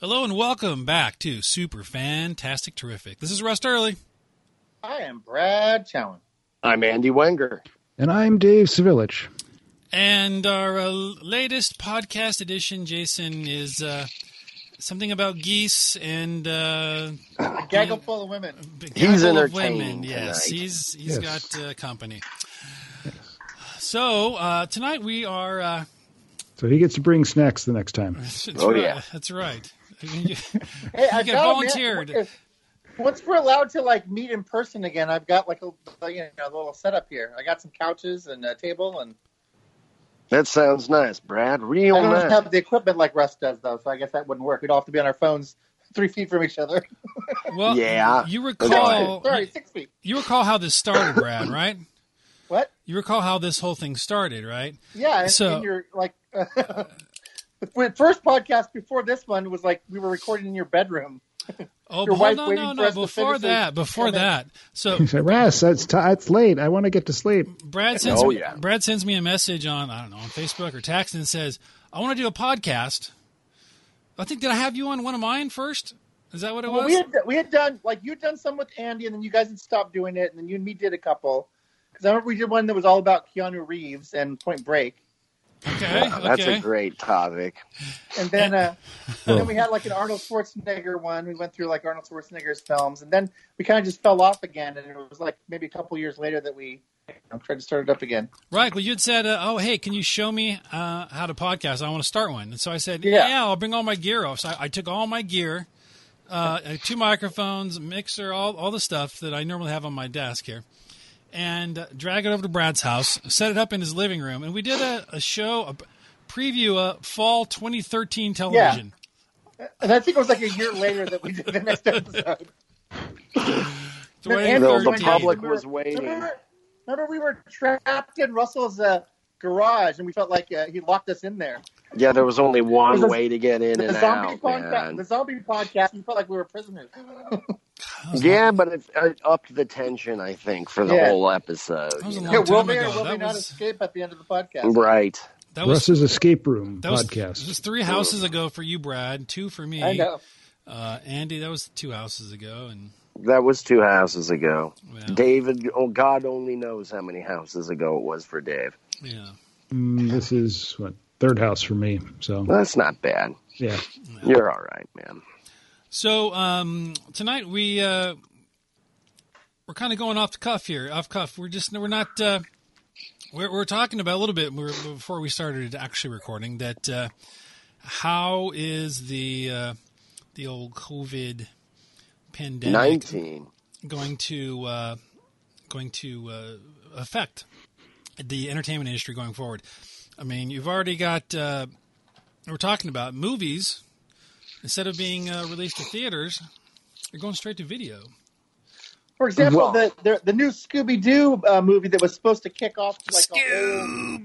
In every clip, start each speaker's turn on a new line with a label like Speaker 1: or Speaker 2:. Speaker 1: Hello and welcome back to Super Fantastic Terrific. This is Russ Early.
Speaker 2: I am Brad Chowan.
Speaker 3: I'm Andy Wenger.
Speaker 4: And I'm Dave Savillage.
Speaker 1: And our uh, latest podcast edition, Jason, is uh, something about geese and uh,
Speaker 2: A gaggle full of women.
Speaker 1: big
Speaker 3: He's
Speaker 1: gaggle of
Speaker 3: entertained
Speaker 1: women. Yes,
Speaker 3: tonight.
Speaker 1: he's he's
Speaker 4: Yes.
Speaker 1: got uh, company. So uh, tonight we are. Uh,
Speaker 4: So he gets to bring snacks the next time.
Speaker 1: that's
Speaker 3: Oh,
Speaker 1: right,
Speaker 3: yeah.
Speaker 1: that's right. You
Speaker 2: Hey, I
Speaker 1: get
Speaker 2: got
Speaker 1: volunteered.
Speaker 2: Once we're allowed to like meet in person again, I've got like a you know, a little setup here. I got some couches and a table, and
Speaker 3: That sounds nice, Brad. Real
Speaker 2: I don't
Speaker 3: nice.
Speaker 2: have the equipment like Russ does though, so I guess that wouldn't work. We'd all have to be on our phones three feet from each other.
Speaker 1: well,
Speaker 3: Yeah.
Speaker 1: You
Speaker 3: Oh.
Speaker 1: recall
Speaker 2: Sorry, six feet.
Speaker 1: you recall how this started, Brad? Right?
Speaker 2: What?
Speaker 1: You recall how this whole thing started, right?
Speaker 2: Yeah, and,
Speaker 1: So-
Speaker 2: and you're like. The first podcast before this one was like we were recording in your bedroom.
Speaker 1: Oh, but
Speaker 2: Your
Speaker 1: hold
Speaker 2: wife
Speaker 1: on,
Speaker 2: waiting
Speaker 1: no,
Speaker 2: for
Speaker 1: no.
Speaker 2: us to
Speaker 1: Before
Speaker 2: finish the
Speaker 1: that, before
Speaker 2: comment.
Speaker 1: that. So
Speaker 4: He said, Russ, it's, ti it's late. I want to get to sleep.
Speaker 1: Brad sends
Speaker 3: Oh,
Speaker 1: me,
Speaker 3: yeah.
Speaker 1: Brad sends me a message on I don't know on Facebook or text and says I want to do a podcast. I think did I have you on one of mine first? Is that what it
Speaker 2: Well,
Speaker 1: was?
Speaker 2: we had we had done like you'd done some with Andy, and then you guys had stopped doing it, and then you and me did a couple. Because I remember we did one that was all about Keanu Reeves and Point Break,
Speaker 1: okay,
Speaker 3: Wow, that's
Speaker 1: okay.
Speaker 3: a great topic.
Speaker 2: and then uh, and then we had like an Arnold Schwarzenegger one. We went through like Arnold Schwarzenegger's films, and then we kind of just fell off again. And it was like maybe a couple years later that we you know, tried to start it up again.
Speaker 1: right. Well, you'd said, uh, "Oh, hey, can you show me uh, how to podcast? I want to start one." And so I said, "Yeah,
Speaker 2: Yeah.
Speaker 1: I'll bring all my gear off." So I, I took all my gear, uh, uh, two microphones, mixer, all all the stuff that I normally have on my desk here, and uh, drag it over to Brad's house, set it up in his living room, and we did a, a show, a p- preview, of fall 2013 television.
Speaker 2: And I think it was like a year later that we did the next episode.
Speaker 1: Dwayne
Speaker 2: And
Speaker 3: No,
Speaker 1: Burke
Speaker 3: the
Speaker 2: Dwayne
Speaker 1: did.
Speaker 3: public
Speaker 2: Remember-
Speaker 3: was waiting.
Speaker 2: Remember, remember we were trapped in Russell's uh, garage, and we felt like uh, he locked us in there.
Speaker 3: Yeah, there was only one
Speaker 2: It was a-
Speaker 3: way to get in
Speaker 2: the
Speaker 3: and
Speaker 2: zombie
Speaker 3: out,
Speaker 2: podcast. The
Speaker 3: man.
Speaker 2: zombie podcast. We felt like we were prisoners.
Speaker 3: Yeah, but it, it upped the tension, I think, for the
Speaker 2: Yeah.
Speaker 3: whole episode.
Speaker 1: That was
Speaker 3: you
Speaker 1: a
Speaker 3: know?
Speaker 1: long
Speaker 2: Yeah, will
Speaker 1: time
Speaker 2: they or
Speaker 1: ago.
Speaker 2: will
Speaker 1: That
Speaker 2: they not
Speaker 1: was-
Speaker 2: escape at the end of the podcast?
Speaker 3: Right.
Speaker 1: That was
Speaker 4: Russ's escape room
Speaker 1: that was,
Speaker 4: podcast.
Speaker 1: It was three houses ago for you, Brad. Two for me.
Speaker 2: I know.
Speaker 1: Uh, Andy, that was two houses ago, and
Speaker 3: That was two houses ago.
Speaker 1: well,
Speaker 3: David, oh, God only knows how many houses ago it was for Dave.
Speaker 1: yeah,
Speaker 4: Mm, this is what third house for me. So
Speaker 3: That's not bad.
Speaker 4: yeah,
Speaker 3: You're all right, man.
Speaker 1: So um, tonight we uh, we're kind of going off the cuff here, off cuff. We're just we're not uh, we're, we're talking about a little bit more before we started actually recording that uh, how is the uh, the old COVID pandemic
Speaker 3: 19.
Speaker 1: going to uh, going to uh, affect the entertainment industry going forward. I mean, you've already got uh, we're talking about movies instead of being uh, released to theaters, they're going straight to video.
Speaker 2: For example,
Speaker 3: Well-
Speaker 2: the, the the new Scooby Doo uh, movie that was supposed to kick off like a whole,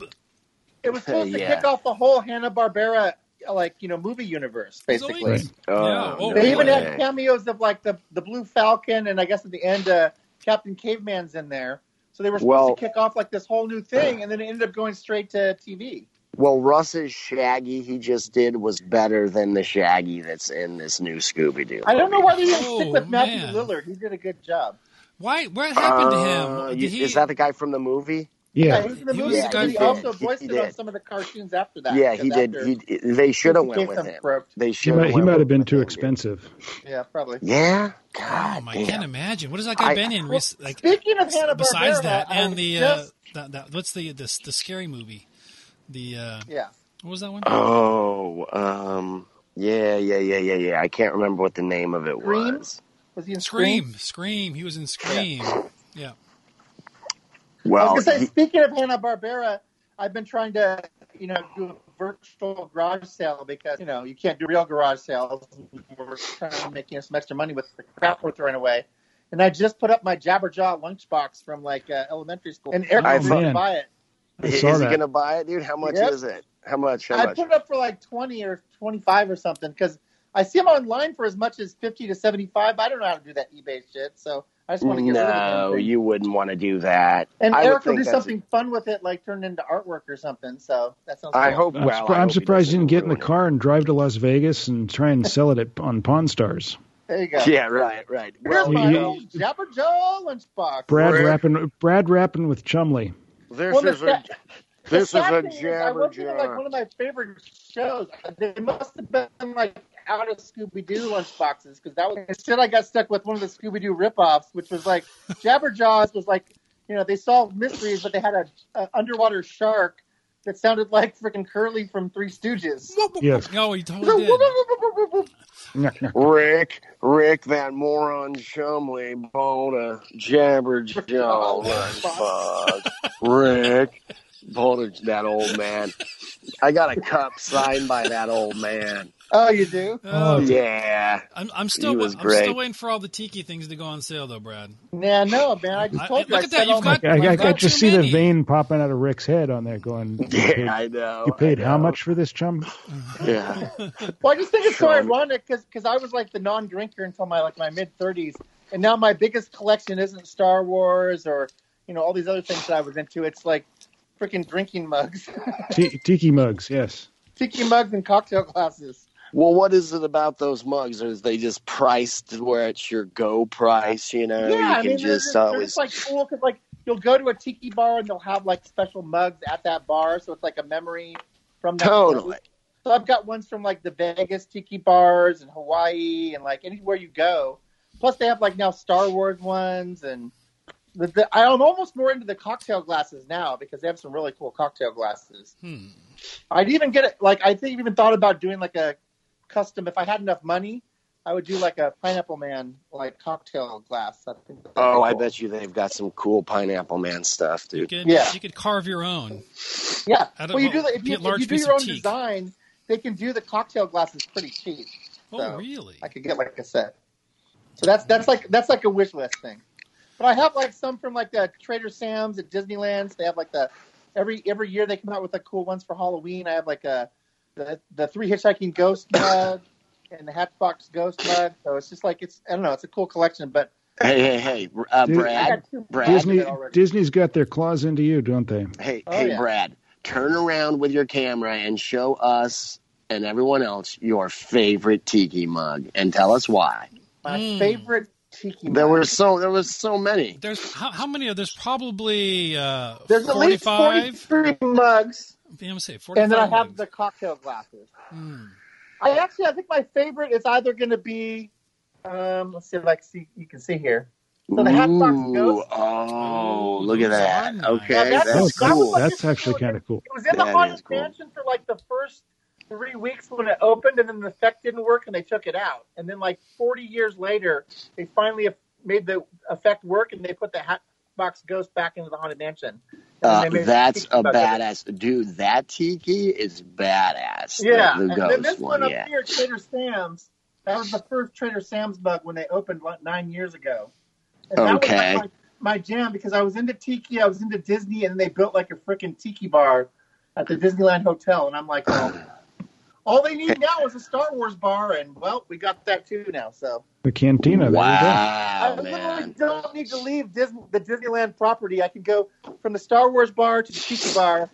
Speaker 2: it was supposed
Speaker 3: Yeah.
Speaker 2: to kick off the whole Hanna Barbera like you know movie universe basically.
Speaker 1: Zoinks.
Speaker 3: Oh,
Speaker 1: Yeah, oh,
Speaker 3: no
Speaker 2: They even
Speaker 3: way.
Speaker 2: had cameos of like the the Blue Falcon and I guess at the end uh, Captain Caveman's in there. So they were supposed
Speaker 3: Well-
Speaker 2: to kick off like this whole new thing, and then it ended up going straight to TV.
Speaker 3: Well, Russ's Shaggy he just did was better than the Shaggy that's in this new Scooby Doo.
Speaker 2: I don't know why they didn't
Speaker 1: Oh,
Speaker 2: stick with Matthew
Speaker 1: man.
Speaker 2: Lillard. He did a good job.
Speaker 1: Why? What happened to him? Did he,
Speaker 3: Uh, Is that the guy from the movie?
Speaker 2: Yeah,
Speaker 4: yeah.
Speaker 2: he was in the
Speaker 1: He
Speaker 2: movie.
Speaker 1: was
Speaker 2: and
Speaker 1: the guy
Speaker 2: he
Speaker 1: who-
Speaker 2: also
Speaker 3: he
Speaker 2: voiced it on
Speaker 3: did.
Speaker 2: some of the cartoons after that.
Speaker 3: yeah, he
Speaker 2: because
Speaker 3: did.
Speaker 2: after-
Speaker 3: He they should have
Speaker 2: gave
Speaker 3: went with
Speaker 2: some
Speaker 3: him.
Speaker 2: probe.
Speaker 3: They
Speaker 4: He
Speaker 3: should.
Speaker 4: might, he might have been too expensive.
Speaker 2: yeah, probably.
Speaker 3: Yeah.
Speaker 1: oh
Speaker 3: God.
Speaker 1: my! I
Speaker 3: damn.
Speaker 1: can't imagine. What has that guy
Speaker 3: I-
Speaker 1: been in?
Speaker 2: Well,
Speaker 1: rec- like
Speaker 2: Speaking of Hanna Barbera,
Speaker 1: besides that, and the uh,
Speaker 2: just,
Speaker 1: that, that, what's the, the the scary movie? The uh,
Speaker 2: yeah,
Speaker 1: what was that one?
Speaker 3: Oh. Um. Yeah. Yeah. Yeah. Yeah. Yeah. I can't remember what the name of it
Speaker 2: Scream?
Speaker 3: was.
Speaker 2: was he in Scream?
Speaker 1: Scream, Scream. He was in Scream. Yeah.
Speaker 2: I
Speaker 3: Well,
Speaker 2: was gonna say,
Speaker 3: he-
Speaker 2: speaking of Hanna Barbera, I've been trying to, you know, do a virtual garage sale because you know you can't do real garage sales. We're trying to make you know, some extra money with the crap we're throwing away. And I just put up my Jabberjaw lunchbox from like uh, elementary school, and
Speaker 3: I
Speaker 2: everyone's
Speaker 3: thought-
Speaker 2: going to buy it.
Speaker 4: I
Speaker 3: is he
Speaker 4: saw that.
Speaker 3: gonna buy it, dude? How much
Speaker 2: Yep.
Speaker 3: is it? How much? How
Speaker 2: I
Speaker 3: much?
Speaker 2: put it up for like twenty or twenty five or something because I see them online for as much as fifty to seventy-five. I don't know how to do that eBay shit, so I just want to get rid of
Speaker 3: No,
Speaker 2: them.
Speaker 3: you wouldn't want to do that.
Speaker 2: and
Speaker 3: I would
Speaker 2: Eric will
Speaker 3: think
Speaker 2: do
Speaker 3: that's a-
Speaker 2: something fun with it, like turn it into artwork or something. So that sounds.
Speaker 3: I
Speaker 2: cool.
Speaker 3: hope.
Speaker 4: I'm,
Speaker 3: well,
Speaker 4: surpri-
Speaker 3: I
Speaker 4: I'm
Speaker 3: hope he
Speaker 4: surprised you
Speaker 3: doesn't
Speaker 4: didn't get in the
Speaker 3: ruin it.
Speaker 4: car and drive to Las Vegas and try and sell it at, on Pawn Stars.
Speaker 2: There you go.
Speaker 3: Yeah, right, right.
Speaker 2: Where's
Speaker 3: Well,
Speaker 4: You-
Speaker 2: my
Speaker 4: you-
Speaker 2: old Jabber Joe lunchbox?
Speaker 4: Brad
Speaker 3: Rick.
Speaker 4: rapping, Brad rapping with Chumley.
Speaker 3: this
Speaker 2: Well, the
Speaker 3: is a
Speaker 2: fact-
Speaker 3: this is
Speaker 2: The sad
Speaker 3: a
Speaker 2: thing is, I
Speaker 3: jabber
Speaker 2: wasn't in, Like
Speaker 3: jar.
Speaker 2: one of my favorite shows. They must have been like out of Scooby Doo lunchboxes because that was instead I got stuck with one of the Scooby Doo ripoffs, which was like Jabberjaws was like you know they solved mysteries, but they had a, a underwater shark that sounded like freaking Curly from Three Stooges.
Speaker 4: Yes.
Speaker 1: No, he totally did.
Speaker 3: Rick, Rick, that moron Chumley bought a jabber jaw lunchbox. Rick bought a, that old man. I got a cup signed by that old man.
Speaker 2: Oh, you do?
Speaker 1: Oh,
Speaker 3: Yeah.
Speaker 1: I'm, I'm still
Speaker 3: He was
Speaker 1: I'm
Speaker 3: great.
Speaker 1: still waiting for all the tiki things to go on sale though, Brad.
Speaker 2: Nah, no, man. I just
Speaker 1: I-
Speaker 2: told you.
Speaker 1: look
Speaker 2: I
Speaker 1: at that,
Speaker 2: spent
Speaker 1: you've
Speaker 2: all
Speaker 1: got-
Speaker 2: my-
Speaker 4: I, I, I
Speaker 1: got
Speaker 4: just
Speaker 1: too
Speaker 4: see the
Speaker 1: many.
Speaker 4: vein popping out of Rick's head on there going, you paid,
Speaker 3: Yeah, I know.
Speaker 4: you paid
Speaker 3: I
Speaker 4: how
Speaker 3: know.
Speaker 4: much for this chum?
Speaker 3: Yeah.
Speaker 2: Well, I just think it's so
Speaker 3: Sure.
Speaker 2: ironic because I was like the non-drinker until my like my mid thirties, and now my biggest collection isn't Star Wars or you know all these other things that I was into. It's like freaking drinking mugs,
Speaker 4: T- tiki mugs, yes.
Speaker 2: tiki mugs, and cocktail glasses.
Speaker 3: Well, what is it about those mugs? Are they just priced where it's your go price? Uh, You know,
Speaker 2: yeah,
Speaker 3: you
Speaker 2: I
Speaker 3: can
Speaker 2: mean they're
Speaker 3: just
Speaker 2: just, they're
Speaker 3: always.
Speaker 2: just like cool because like you'll go to a tiki bar and they'll have like special mugs at that bar, so it's like a memory from that
Speaker 3: Totally.
Speaker 2: So I've got ones from like the Vegas tiki bars and Hawaii and like anywhere you go. Plus they have like now Star Wars ones and the, the, I'm almost more into the cocktail glasses now because they have some really cool cocktail glasses.
Speaker 1: Hmm.
Speaker 2: I'd even get it like I think even thought about doing like a custom if I had enough money. I would do like a pineapple man like cocktail glass. I think that'd be
Speaker 3: Oh, I
Speaker 2: cool.
Speaker 3: bet you they've got some cool Pineapple Man stuff,
Speaker 1: You
Speaker 3: dude.
Speaker 1: could,
Speaker 2: Yeah.
Speaker 1: you could carve your own.
Speaker 2: Yeah.
Speaker 1: I don't
Speaker 2: Well, you
Speaker 1: know,
Speaker 2: do the, if
Speaker 1: be
Speaker 2: you,
Speaker 1: a large
Speaker 2: if you do
Speaker 1: piece
Speaker 2: your
Speaker 1: of
Speaker 2: own
Speaker 1: teak.
Speaker 2: design, they can do the cocktail glasses pretty cheap.
Speaker 1: Oh,
Speaker 2: So,
Speaker 1: really?
Speaker 2: I could get like a set. So that's that's like that's like a wish list thing. But I have like some from like the Trader Sam's at Disneyland. They have like the every every year they come out with like cool ones for Halloween. I have like a the the three hitchhiking ghost mug and the Hatchbox ghost mug. So it's just like it's I don't know, it's a cool collection, but
Speaker 3: Hey, hey, hey, uh,
Speaker 4: Dude,
Speaker 2: I
Speaker 3: Brad.
Speaker 2: got two
Speaker 3: Brad.
Speaker 2: bags of
Speaker 4: Disney,
Speaker 2: it already.
Speaker 4: Disney's got their claws into you, don't they?
Speaker 3: Hey,
Speaker 2: Oh,
Speaker 3: hey,
Speaker 2: yeah.
Speaker 3: Brad. Turn around with your camera and show us and everyone else your favorite tiki mug and tell us why.
Speaker 2: My
Speaker 1: Mm.
Speaker 2: favorite tiki
Speaker 3: There
Speaker 2: mug.
Speaker 3: were so there was so many.
Speaker 1: There's how, how many are there's probably uh,
Speaker 2: There's at least
Speaker 1: 45.
Speaker 2: 43 mugs.
Speaker 1: I'm gonna say 45.
Speaker 2: And then I have
Speaker 1: mugs.
Speaker 2: the cocktail glasses.
Speaker 1: Hmm.
Speaker 2: I actually, I think my favorite is either going to be, um, let's see if I can see, you can see here. So the Hatbox
Speaker 3: Ooh,
Speaker 2: Ghost-
Speaker 3: Oh, look at that.
Speaker 1: Ooh,
Speaker 3: Okay,
Speaker 2: Now
Speaker 3: that's
Speaker 2: that was
Speaker 3: cool.
Speaker 2: like
Speaker 4: Oh, That's
Speaker 2: a
Speaker 4: actually
Speaker 2: cool-
Speaker 4: kind of cool.
Speaker 2: It was in the
Speaker 3: That is
Speaker 2: haunted
Speaker 3: cool.
Speaker 2: mansion for like the first three weeks when it opened, and then the effect didn't work, and they took it out. And then like 40 years later, they finally made the effect work, and they put the Hatbox Ghost back into the haunted mansion. And then
Speaker 3: Uh,
Speaker 2: they made
Speaker 3: that's
Speaker 2: tiki
Speaker 3: a
Speaker 2: mug of it.
Speaker 3: badass dude. That tiki is badass. The-
Speaker 2: Yeah,
Speaker 3: the,
Speaker 2: and then this
Speaker 3: ghost
Speaker 2: one,
Speaker 3: one.
Speaker 2: up
Speaker 3: Yeah,
Speaker 2: here, Trader Sam's. That was the first Trader Sam's mug when they opened like, nine years ago. And
Speaker 3: Okay.
Speaker 2: That was like my, my jam because I was into tiki, I was into Disney, and they built like a freaking tiki bar at the Disneyland Hotel, and I'm like, oh, all they need now is a Star Wars bar, and well, we got that too now. So
Speaker 4: The cantina. There
Speaker 2: I
Speaker 3: wow,
Speaker 2: literally
Speaker 3: Oh, man.
Speaker 2: don't need to leave Disney, the Disneyland property. I can go from the Star Wars bar to the tiki bar.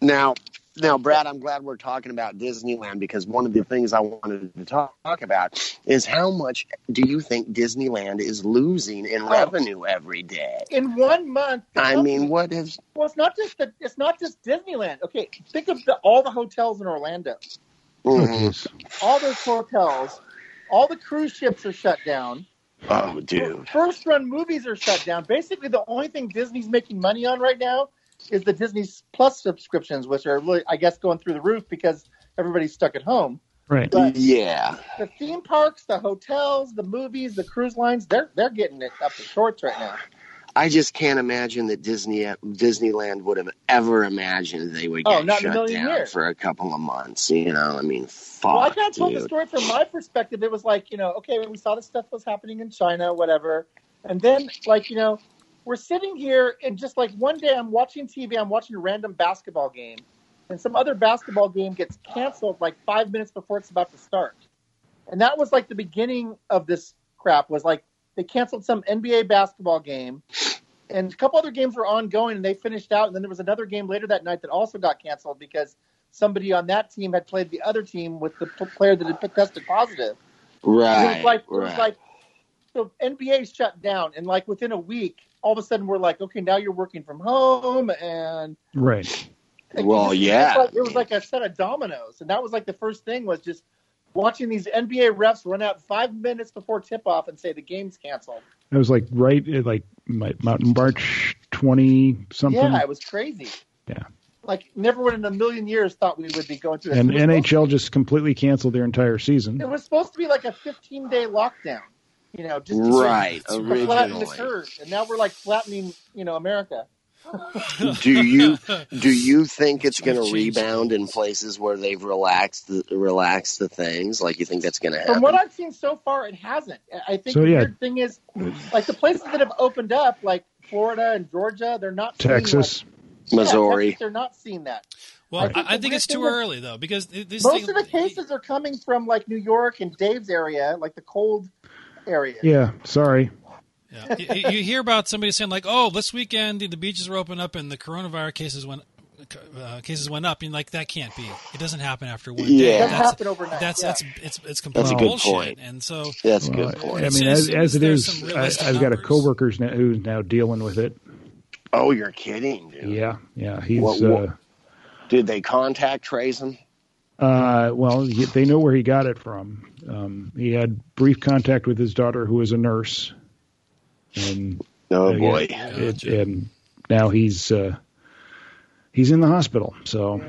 Speaker 3: Now, now, Brad, I'm glad we're talking about Disneyland because one of the things I wanted to talk, talk about is how much do you think Disneyland is losing
Speaker 2: Oh.
Speaker 3: in revenue every day?
Speaker 2: In one month, the
Speaker 3: I
Speaker 2: company
Speaker 3: mean, what is?
Speaker 2: Well, it's not just the, it's not just Disneyland. Okay, think of the, all the hotels in Orlando.
Speaker 4: you
Speaker 3: mm,
Speaker 4: go. Oh, geez.
Speaker 2: All those hotels, all the cruise ships are shut down.
Speaker 3: Oh, dude.
Speaker 2: First run movies are shut down. Basically, the only thing Disney's making money on right now is the Disney Plus subscriptions, which are really, I guess, going through the roof because everybody's stuck at home.
Speaker 4: Right.
Speaker 2: But
Speaker 3: Yeah.
Speaker 2: the theme parks, the hotels, the movies, the cruise lines, they're they're getting it up to shorts right now.
Speaker 3: I just can't imagine that Disney Disneyland would have ever imagined they would
Speaker 2: Oh,
Speaker 3: get
Speaker 2: not in a
Speaker 3: shut
Speaker 2: million
Speaker 3: down
Speaker 2: years.
Speaker 3: for a couple of months. You know, I mean, fuck,
Speaker 2: Well, I kind of told the
Speaker 3: dude.
Speaker 2: story from my perspective. It was like, you know, okay, we saw this stuff was happening in China, whatever. And then, like, you know, we're sitting here and just like one day I'm watching TV, I'm watching a random basketball game, and some other basketball game gets canceled like five minutes before it's about to start. and that was like the beginning of this crap. Was like they canceled some NBA basketball game, and a couple other games were ongoing, and they finished out. And then there was another game later that night that also got canceled because somebody on that team had played the other team with the p- player that had p- tested positive.
Speaker 3: Right.
Speaker 2: It was like it was
Speaker 3: right.
Speaker 2: like the NBA shut down, and like within a week, all of a sudden we're like, okay, now you're working from home, and
Speaker 4: Right.
Speaker 2: and
Speaker 3: Well,
Speaker 2: it was
Speaker 3: yeah.
Speaker 2: like- it was like a set of dominoes, and that was like the first thing was just watching these NBA refs run out five minutes before tip off and say the game's canceled.
Speaker 4: That was like right at like my, Mountain March 20 something.
Speaker 2: Yeah, it was crazy.
Speaker 4: Yeah.
Speaker 2: Like never would in a million years thought we would be going through this.
Speaker 4: and
Speaker 2: It was supposed-
Speaker 4: NHL just completely canceled their entire season.
Speaker 2: It was supposed to be like a 15 day lockdown, you know, just to-
Speaker 3: Right,
Speaker 2: to flatten the
Speaker 3: originally.
Speaker 2: curve, and now we're like flattening, you know, America.
Speaker 3: do you do you think it's going
Speaker 1: We've
Speaker 3: to
Speaker 1: changed
Speaker 3: rebound in places where they've relaxed the, relaxed the things? Like you think that's going to happen?
Speaker 2: From what I've seen so far, it hasn't. I think
Speaker 4: So,
Speaker 2: the
Speaker 4: yeah.
Speaker 2: weird thing is, like the places that have opened up, like Florida and Georgia, they're not seeing,
Speaker 4: Texas.
Speaker 2: like- yeah,
Speaker 3: Missouri.
Speaker 2: Texas, they're not seeing that.
Speaker 1: Well,
Speaker 2: I think
Speaker 1: I, I
Speaker 2: the
Speaker 1: think
Speaker 2: weird
Speaker 1: it's
Speaker 2: thing
Speaker 1: too
Speaker 2: is-
Speaker 1: early though because th- this
Speaker 2: Most
Speaker 1: thing,
Speaker 2: of the cases are coming from like New York and Dave's area, like the cold area.
Speaker 4: Yeah, sorry.
Speaker 1: Yeah. You- you, you hear about somebody saying like, "Oh, this weekend the beaches were open up and the coronavirus cases went uh, cases went up," and like that can't be. It doesn't happen after one day.
Speaker 3: Yeah. It
Speaker 2: That
Speaker 3: doesn't
Speaker 1: That's
Speaker 2: happened overnight.
Speaker 1: that's
Speaker 2: yeah.
Speaker 1: that's it's it's complete
Speaker 4: a good
Speaker 1: bullshit.
Speaker 3: point.
Speaker 1: And so
Speaker 3: that's a
Speaker 4: Well,
Speaker 3: good point.
Speaker 4: I
Speaker 1: As
Speaker 4: mean,
Speaker 1: soon as-
Speaker 4: as, as it
Speaker 1: there's
Speaker 4: is,
Speaker 1: some
Speaker 4: I,
Speaker 1: realistic
Speaker 4: I've got a
Speaker 1: numbers.
Speaker 4: coworker's now, who's now dealing with it.
Speaker 3: oh, you're kidding, dude.
Speaker 4: Yeah, yeah. He's
Speaker 3: What- what- Did they contact trace him?
Speaker 4: Uh, uh, well. he- They know where he got it from. Um, he had brief contact with his daughter, who was a nurse, and
Speaker 3: Oh
Speaker 4: uh,
Speaker 3: boy.
Speaker 4: yeah, it- and now he's uh, he's in the hospital. So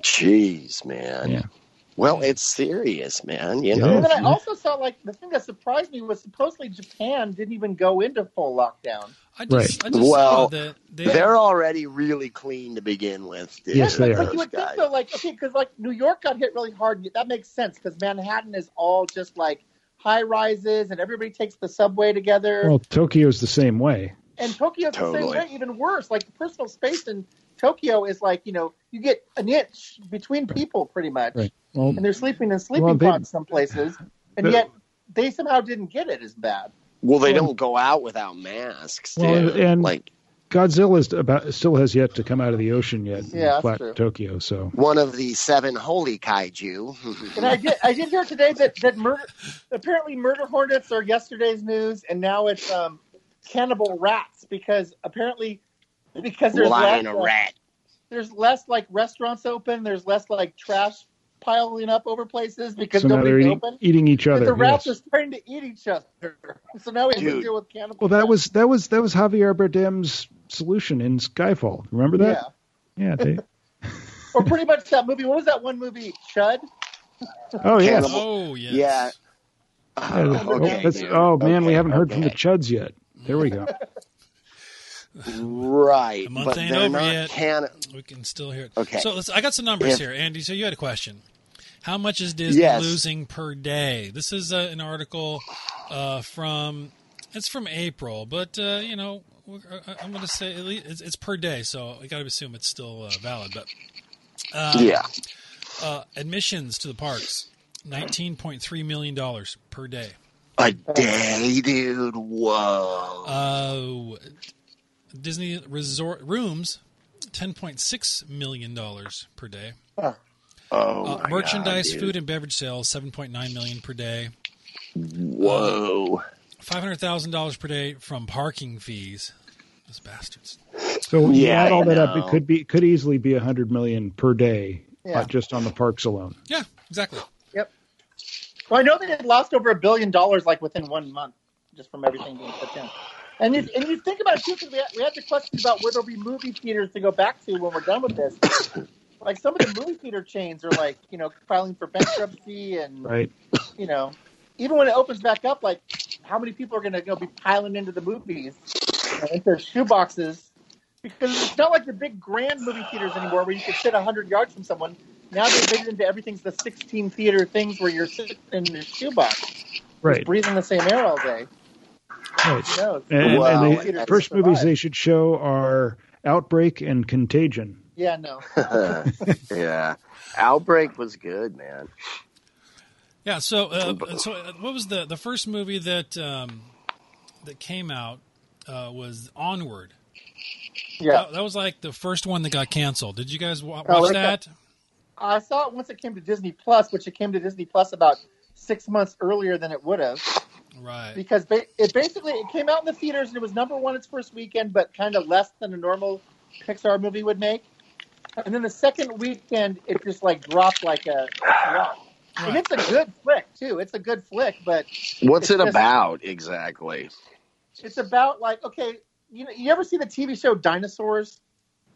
Speaker 3: Jeez, man.
Speaker 4: yeah,
Speaker 3: Well, it's serious, man. You
Speaker 4: It
Speaker 3: know,
Speaker 2: And
Speaker 4: is.
Speaker 2: then I also saw like the thing that surprised me was supposedly Japan didn't even go into full lockdown.
Speaker 1: I just,
Speaker 4: Right.
Speaker 1: I just saw
Speaker 3: Well,
Speaker 1: that they,
Speaker 3: they're already really clean to begin with. Dude.
Speaker 4: Yes, they
Speaker 2: like,
Speaker 4: are.
Speaker 2: Like you would think though, like okay, because like New York got hit really hard. and That makes sense because Manhattan is all just like high rises and everybody takes the subway together.
Speaker 4: well, Tokyo's the same way.
Speaker 2: and Tokyo's the
Speaker 3: Totally.
Speaker 2: same way, even worse. Like the personal space in Tokyo is like you know you get an inch between people pretty much,
Speaker 4: Right. Well,
Speaker 2: and they're sleeping in sleeping
Speaker 4: Well, they-
Speaker 2: pods some places, and
Speaker 4: the-
Speaker 2: yet they somehow didn't get it as bad.
Speaker 3: Well, they
Speaker 4: Well-
Speaker 3: don't go out without masks, dude.
Speaker 4: Well, and-
Speaker 3: like
Speaker 4: Godzilla's about still has yet to come out of the ocean yet. in
Speaker 2: Yeah, that's
Speaker 4: flat
Speaker 2: true.
Speaker 4: Tokyo. So
Speaker 3: one of the seven holy kaiju.
Speaker 2: And I did I did hear today that that murder apparently murder hornets are yesterday's news, and now it's um, cannibal rats because apparently because there's
Speaker 3: Lion
Speaker 2: less,
Speaker 3: a
Speaker 2: uh,
Speaker 3: rat.
Speaker 2: there's less like restaurants open, there's less like trash piling up over places because
Speaker 4: so now they're
Speaker 2: nobody's
Speaker 4: eating,
Speaker 2: open.
Speaker 4: eating each
Speaker 2: But
Speaker 4: other.
Speaker 2: the rats are
Speaker 4: yes.
Speaker 2: starting to eat each other. So now we have to
Speaker 3: Dude.
Speaker 2: deal with cannibal.
Speaker 4: Well, that was that was that was Javier Bardem's solution in Skyfall. Remember
Speaker 2: yeah,
Speaker 4: that? Yeah. they,
Speaker 2: or pretty much that movie. What was that one movie? Chud.
Speaker 4: oh yeah.
Speaker 3: Cannibal-
Speaker 1: oh yes.
Speaker 3: Yeah.
Speaker 4: Yeah, the-
Speaker 3: Oh, okay,
Speaker 4: oh, that's-
Speaker 3: dude.
Speaker 4: oh, man, we
Speaker 3: Okay,
Speaker 4: haven't heard from the
Speaker 3: okay.
Speaker 4: Chuds yet. There we go.
Speaker 3: Right,
Speaker 1: The month
Speaker 3: but
Speaker 1: ain't
Speaker 3: they're
Speaker 1: over
Speaker 3: not
Speaker 1: yet.
Speaker 3: can-
Speaker 1: we can still hear it.
Speaker 3: Okay.
Speaker 1: So let's, I got some numbers
Speaker 3: If-
Speaker 1: here, Andy. So you had a question. How much is Disney
Speaker 3: Yes.
Speaker 1: losing per day? This is uh, an article uh, from it's from April, but uh, you know we're, I- I'm going to say at least it's, it's per day, so I got to assume it's still uh, valid. But uh,
Speaker 3: Yeah,
Speaker 1: uh, admissions to the parks, nineteen point three million dollars per day.
Speaker 3: a day, dude. Whoa.
Speaker 1: Uh, Disney resort rooms, ten point six million dollars per day.
Speaker 3: oh,
Speaker 1: Uh,
Speaker 3: my
Speaker 1: merchandise,
Speaker 3: God,
Speaker 1: food,
Speaker 3: dude.
Speaker 1: and beverage sales, seven point nine million per day.
Speaker 3: Whoa.
Speaker 1: Five hundred thousand dollars per day from parking fees. Those bastards.
Speaker 4: So when you
Speaker 3: Yeah,
Speaker 4: add all
Speaker 3: I
Speaker 4: that up, it
Speaker 3: know.
Speaker 4: could be it could easily be a hundred million per day,
Speaker 2: Yeah.
Speaker 4: uh, just on the parks alone.
Speaker 1: Yeah, exactly.
Speaker 2: Well, I know they had lost over a billion dollars like within one month just from everything being shut down. And you, and you think about it too, because we, had- we had the question about where there'll be movie theaters to go back to when we're done with this. like some of the movie theater chains are like, you know, filing for bankruptcy and,
Speaker 4: Right.
Speaker 2: you know, even when it opens back up, like how many people are going to you know, be piling into the movies, you know, into shoeboxes? Because it's not like the big grand movie theaters anymore where you could sit 100 yards from someone. Now they've made it into everything's the 16 theater things where you're sitting in your shoebox,
Speaker 4: Right.
Speaker 2: breathing the same air all day.
Speaker 4: Right.
Speaker 2: Who knows?
Speaker 4: And, and
Speaker 3: Wow.
Speaker 4: they-
Speaker 2: Movie theaters
Speaker 4: first
Speaker 2: survive.
Speaker 4: movies they should show are Outbreak and Contagion.
Speaker 2: Yeah, no.
Speaker 3: yeah, outbreak was good, man.
Speaker 1: Yeah. So, uh, so uh, what was the the first movie that um, that came out uh, was Onward.
Speaker 2: Yeah,
Speaker 1: That, that was like the first one that got canceled. Did you guys wa- watch
Speaker 2: Oh, okay.
Speaker 1: that?
Speaker 2: I saw it once it came to Disney Plus, which it came to Disney Plus about six months earlier than it would have,
Speaker 1: Right.
Speaker 2: because ba- it basically it came out in the theaters and it was number one its first weekend, but kind of less than a normal Pixar movie would make. And then the second weekend, it just like dropped like a rock. And
Speaker 1: Right.
Speaker 2: it's a good flick too. It's a good flick, but
Speaker 3: What's it
Speaker 2: It's just-
Speaker 3: about exactly?
Speaker 2: it's about like okay, you know, you ever see the TV show Dinosaurs?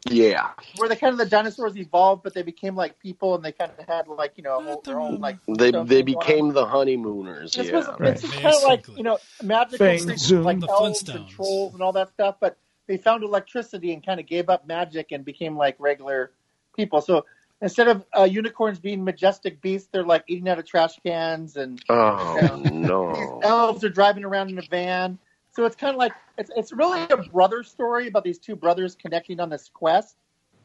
Speaker 3: Yeah,
Speaker 2: where the kind of the dinosaurs evolved, but they became like people, and they kind of had like you know a whole, their own like.
Speaker 3: they
Speaker 2: stuff
Speaker 3: they
Speaker 2: going on.
Speaker 3: became the honeymooners.
Speaker 2: This
Speaker 3: yeah,
Speaker 2: was
Speaker 4: Right.
Speaker 2: this is kind of like
Speaker 1: Basically.
Speaker 2: you know magical
Speaker 4: Thing,
Speaker 2: things
Speaker 4: zoom.
Speaker 2: like
Speaker 4: The
Speaker 2: elves and
Speaker 1: Flintstones.
Speaker 2: trolls and all that stuff, but they found electricity and kind of gave up magic and became like regular people. So instead of uh, unicorns being majestic beasts, they're like eating out of trash cans, and
Speaker 3: Oh
Speaker 2: Yeah.
Speaker 3: no!
Speaker 2: elves are driving around in a van. So it's kind of like it's it's really a brother story about these two brothers connecting on this quest.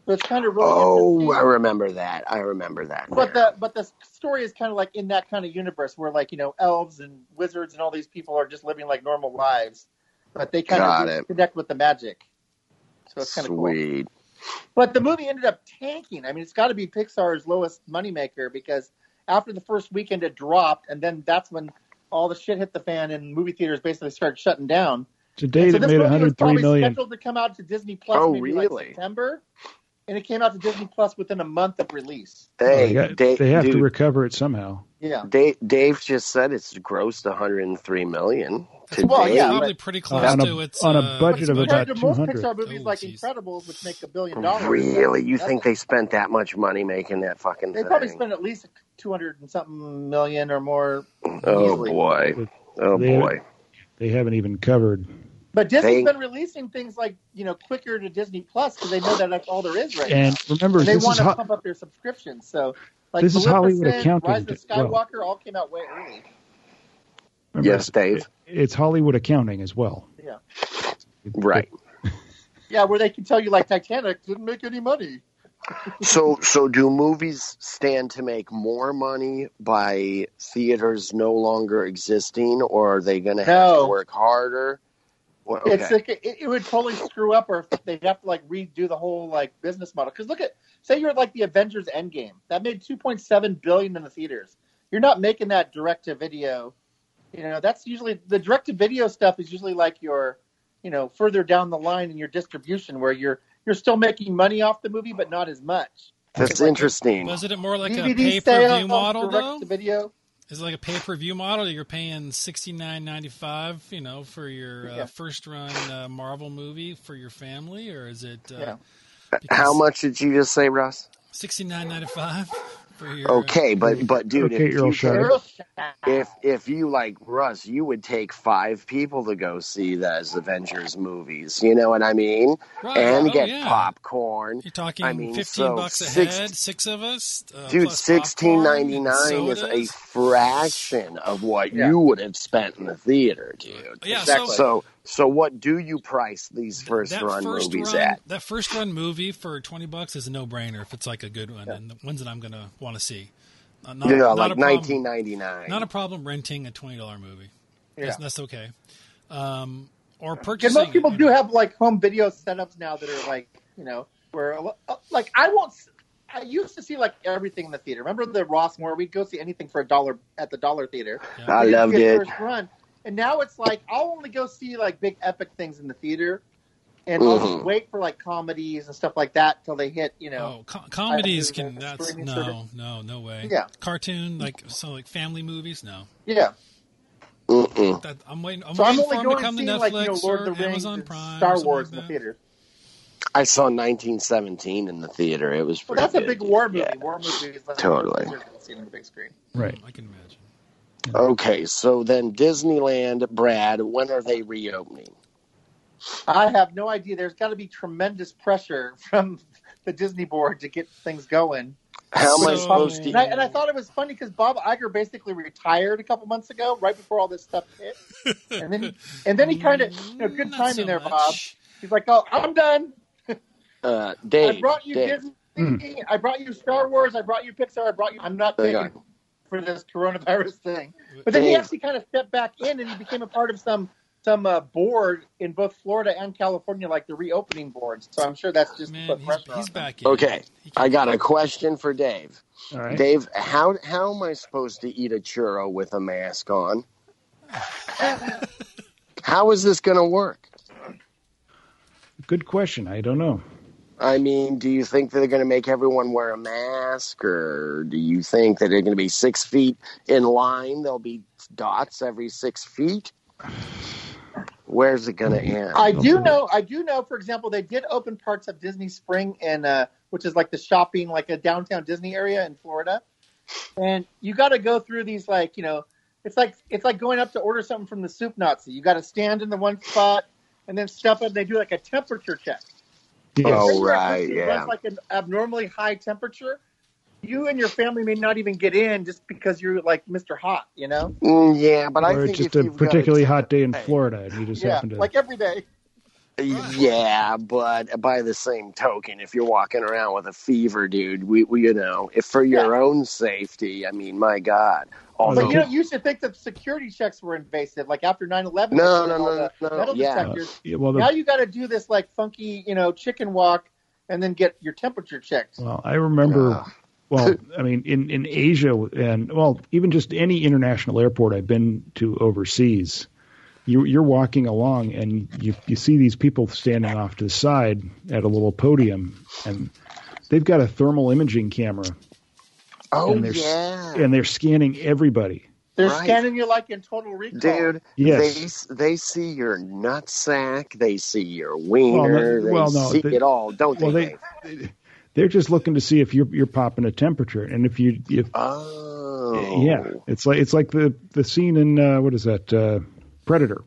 Speaker 2: So it's kind of really
Speaker 3: Oh,
Speaker 2: interesting.
Speaker 3: I remember that. I remember that.
Speaker 2: But
Speaker 3: now.
Speaker 2: the but the story is kind of like in that kind of universe where like you know elves and wizards and all these people are just living like normal lives, but they kind
Speaker 3: Got
Speaker 2: of
Speaker 3: it.
Speaker 2: connect with the magic. So it's kind of cool.
Speaker 3: Sweet.
Speaker 2: But the movie ended up tanking. I mean, it's got to be Pixar's lowest moneymaker because after the first weekend it dropped, and then that's when all the shit hit the fan and movie theaters basically started shutting down.
Speaker 4: Today
Speaker 2: so
Speaker 4: that
Speaker 2: this
Speaker 4: made
Speaker 2: movie was
Speaker 4: 103
Speaker 2: probably
Speaker 4: million.
Speaker 2: scheduled to come out to Disney Plus
Speaker 3: Oh,
Speaker 2: maybe
Speaker 3: really?
Speaker 2: like September, and it came out to Disney Plus within a month of release.
Speaker 3: Hey,
Speaker 4: they, got-
Speaker 3: Da-
Speaker 4: they have
Speaker 3: dude,
Speaker 4: to recover it somehow.
Speaker 2: Yeah.
Speaker 3: Da- Dave just said it's grossed 103 million today.
Speaker 2: Well, yeah,
Speaker 1: probably
Speaker 3: but-
Speaker 1: pretty close
Speaker 4: Uh, on a-
Speaker 1: to its
Speaker 4: on a
Speaker 1: uh,
Speaker 4: budget
Speaker 1: its
Speaker 4: of
Speaker 2: compared
Speaker 4: about
Speaker 2: to most
Speaker 4: 200.
Speaker 2: Pixar movies
Speaker 1: Oh,
Speaker 2: like
Speaker 1: geez.
Speaker 2: Incredibles, which make a billion dollars.
Speaker 3: really, you
Speaker 2: that's-
Speaker 3: think they spent that much money making that fucking
Speaker 2: They
Speaker 3: thing?
Speaker 2: probably spent at least two hundred and something million or more.
Speaker 3: oh
Speaker 2: easily.
Speaker 3: boy, oh
Speaker 4: They-
Speaker 3: boy.
Speaker 4: They haven't even covered.
Speaker 2: But Disney's
Speaker 3: They-
Speaker 2: been releasing things like you know quicker to Disney Plus because they know that that's all there is right
Speaker 4: And
Speaker 2: now.
Speaker 4: remember,
Speaker 2: And they
Speaker 4: this is
Speaker 2: want to
Speaker 4: hot.
Speaker 2: pump up their subscriptions. So like
Speaker 4: This is Hollywood
Speaker 2: Maleficent, Rise of
Speaker 4: accounting.
Speaker 2: Skywalker all came out way early.
Speaker 4: remember,
Speaker 3: Yes, Dave.
Speaker 4: It's Hollywood accounting as well.
Speaker 2: Yeah,
Speaker 3: Right.
Speaker 2: yeah, where they can tell you like Titanic didn't make any money.
Speaker 3: So, so do movies stand to make more money by theaters no longer existing, or are they going to have
Speaker 2: No.
Speaker 3: to work harder? Well,
Speaker 2: It's like it, it would totally screw up, or if they'd have to like redo the whole like business model. Because look at, say you're like the Avengers Endgame that made 2.7 billion in the theaters. You're not making that direct to video. You know, that's usually the direct to video stuff is usually like your, you know, further down the line in your distribution where you're you're still making money off the movie, but not as much.
Speaker 3: that's
Speaker 2: it's like-
Speaker 3: interesting.
Speaker 1: Wasn't it more like a
Speaker 2: DVD
Speaker 1: pay per view
Speaker 2: sales,
Speaker 1: model though?
Speaker 2: direct to video.
Speaker 1: Is it like a pay per view model? You're paying sixty nine ninety five, you know, for your uh,
Speaker 2: Yeah.
Speaker 1: first run uh, Marvel movie for your family, or is it uh,
Speaker 2: Yeah.
Speaker 3: How much did you just say, Russ?
Speaker 1: sixty nine ninety five for your uh,
Speaker 3: Okay, but but dude,
Speaker 4: Okay,
Speaker 3: if
Speaker 4: Earl
Speaker 3: you
Speaker 4: Shine.
Speaker 3: could- if if you like Russ, you would take five people to go see those Avengers movies. You know what I mean?
Speaker 1: right?
Speaker 3: And
Speaker 1: oh,
Speaker 3: get
Speaker 1: yeah.
Speaker 3: popcorn.
Speaker 1: You're talking
Speaker 3: I mean,
Speaker 1: fifteen
Speaker 3: so
Speaker 1: bucks a
Speaker 3: six-
Speaker 1: head, six of us, uh,
Speaker 3: Dude,
Speaker 1: plus popcorn
Speaker 3: sixteen
Speaker 1: and
Speaker 3: ninety nine is a
Speaker 1: sodas.
Speaker 3: fraction of what
Speaker 2: Yeah.
Speaker 3: you would have spent in the theater, dude.
Speaker 1: Yeah,
Speaker 2: Exactly.
Speaker 1: so
Speaker 3: So so what do you price these first
Speaker 1: that
Speaker 3: run
Speaker 1: first
Speaker 3: movies
Speaker 1: run,
Speaker 3: at?
Speaker 1: that first run movie for twenty bucks is a no brainer if it's like a good one and the ones that I'm gonna want to see. Uh, not,
Speaker 3: yeah,
Speaker 1: not a
Speaker 3: like
Speaker 1: problem.
Speaker 3: nineteen ninety nine.
Speaker 1: Not a problem renting a twenty dollar movie.
Speaker 2: Yeah.
Speaker 1: That's, that's okay. Um, or
Speaker 2: And
Speaker 1: purchasing.
Speaker 2: most people
Speaker 1: it,
Speaker 2: do have like home video setups now that are like you know where uh, like I won't. s- I used to see like everything in the theater. Remember the Ross Moore? We'd go see anything for a dollar at the dollar theater.
Speaker 1: Yeah.
Speaker 3: I
Speaker 2: We'd
Speaker 3: loved
Speaker 2: get
Speaker 3: it.
Speaker 2: First run, and now it's like I'll only go see like big epic things in the theater, and I'll
Speaker 3: Mhm.
Speaker 2: just wait for like comedies and stuff like that till they hit. You know,
Speaker 1: Oh, com- comedies
Speaker 2: I-
Speaker 1: can. That's
Speaker 2: streaming
Speaker 1: no,
Speaker 2: service.
Speaker 1: no, no way.
Speaker 2: Yeah.
Speaker 1: Cartoon like so like family movies. No,
Speaker 2: yeah.
Speaker 3: Mm-mm.
Speaker 1: that, I'm waiting. I'm
Speaker 2: So I'm
Speaker 1: waiting
Speaker 2: only
Speaker 1: for them
Speaker 2: going
Speaker 1: to come to
Speaker 2: seeing
Speaker 1: Netflix
Speaker 2: like you know Lord
Speaker 1: or
Speaker 2: of the Rings
Speaker 1: Amazon
Speaker 2: and
Speaker 1: Prime. or
Speaker 2: Star
Speaker 1: something
Speaker 2: Wars
Speaker 1: like
Speaker 2: in the
Speaker 1: that.
Speaker 2: theater.
Speaker 3: I saw nineteen seventeen in the theater. It was
Speaker 2: Well,
Speaker 3: pretty.
Speaker 2: that's a
Speaker 3: good,
Speaker 2: big
Speaker 3: dude.
Speaker 2: war movie.
Speaker 3: Yeah.
Speaker 2: War movies like
Speaker 3: Totally.
Speaker 2: You're gonna see it on the big screen.
Speaker 4: Right.
Speaker 1: I can imagine.
Speaker 3: Okay, so then Disneyland, Brad. When are they reopening?
Speaker 2: I have no idea. There's got to be tremendous pressure from the Disney board to get things going.
Speaker 3: How am I
Speaker 1: So-
Speaker 3: supposed
Speaker 2: And I,
Speaker 3: to?
Speaker 2: and I thought it was funny because Bob Iger basically retired a couple months ago, right before all this stuff hit, and then he, and then he kind of you know good
Speaker 1: Not
Speaker 2: timing
Speaker 1: so
Speaker 2: there,
Speaker 1: much.
Speaker 2: Bob. He's like, "Oh, I'm done.
Speaker 3: Uh, Dave,
Speaker 2: I brought you
Speaker 3: Dave,
Speaker 2: Disney. I brought you Star Wars. I brought you Pixar. I brought you. I'm not
Speaker 3: Hang
Speaker 2: taking.
Speaker 3: on.
Speaker 2: for this coronavirus thing. But then he actually kind of stepped back in and he became a part of some some uh, board in both Florida and California, like the reopening boards. So I'm sure that's just
Speaker 1: Man,
Speaker 2: put
Speaker 1: he's,
Speaker 2: pressure on
Speaker 1: he's
Speaker 2: him.
Speaker 1: back in.
Speaker 3: Okay,
Speaker 1: He can-
Speaker 3: I got a question for Dave.
Speaker 4: All right.
Speaker 3: Dave, how how am I supposed to eat a churro with a mask on? how is this going to work?
Speaker 4: Good question. I don't know.
Speaker 3: I mean, do you think that they're going to make everyone wear a mask, or do you think that they're going to be six feet in line? There'll be dots every six feet. Where's it going to end?
Speaker 2: I do know. I do know. For example, they did open parts of Disney Spring and uh, which is like the shopping, like a downtown Disney area in Florida. And you got to go through these, like you know, it's like it's like going up to order something from the soup Nazi. You got to stand in the one spot and then step up. They do like a temperature check.
Speaker 3: Oh,
Speaker 2: If your
Speaker 3: right,
Speaker 2: temperature
Speaker 3: yeah.
Speaker 2: runs, like an abnormally high temperature. You and your family may not even get in just because you're like Mr. Hot, you know?
Speaker 3: Mm, yeah, but I
Speaker 4: or
Speaker 3: think
Speaker 4: it's just
Speaker 3: if
Speaker 4: a
Speaker 3: you've got
Speaker 4: particularly hot day in
Speaker 3: Hey.
Speaker 4: Florida, and you just
Speaker 2: yeah,
Speaker 4: happen to.
Speaker 2: like every day.
Speaker 3: Yeah, but by the same token, if you're walking around with a fever, dude, we, we you know, if for your own safety, I mean, my God.
Speaker 4: Well,
Speaker 3: Although,
Speaker 2: But you know, you used to think that security checks were invasive, like after 9-11.
Speaker 3: No,
Speaker 2: they did
Speaker 3: no,
Speaker 2: all
Speaker 3: no,
Speaker 2: the
Speaker 3: no,
Speaker 2: metal
Speaker 3: yeah.
Speaker 2: detectors.
Speaker 4: uh, yeah, well, the,
Speaker 2: Now you got to do this like funky, you know, chicken walk, and then get your temperature checked.
Speaker 4: Well, I remember.
Speaker 3: Ah.
Speaker 4: Well, I mean, in, in Asia and well, even just any international airport I've been to overseas, you, you're walking along and you you see these people standing off to the side at a little podium, and they've got a thermal imaging camera
Speaker 3: oh,
Speaker 4: and they're s-
Speaker 3: yeah.
Speaker 4: and they're scanning everybody.
Speaker 2: They're
Speaker 3: Right.
Speaker 2: scanning you like in Total Recall.
Speaker 3: Dude,
Speaker 4: Yes.
Speaker 3: they s- they see your nutsack, they see your
Speaker 4: Well,
Speaker 3: wiener,
Speaker 4: no- well,
Speaker 3: they
Speaker 4: no,
Speaker 3: see
Speaker 4: they-
Speaker 3: it all, don't
Speaker 4: Well,
Speaker 3: they?
Speaker 4: they
Speaker 3: Dave?
Speaker 4: they're just looking to see if you're you're popping a temperature, and if you if
Speaker 3: Oh,
Speaker 4: yeah, it's like it's like the the scene in uh, what is that uh, Predator.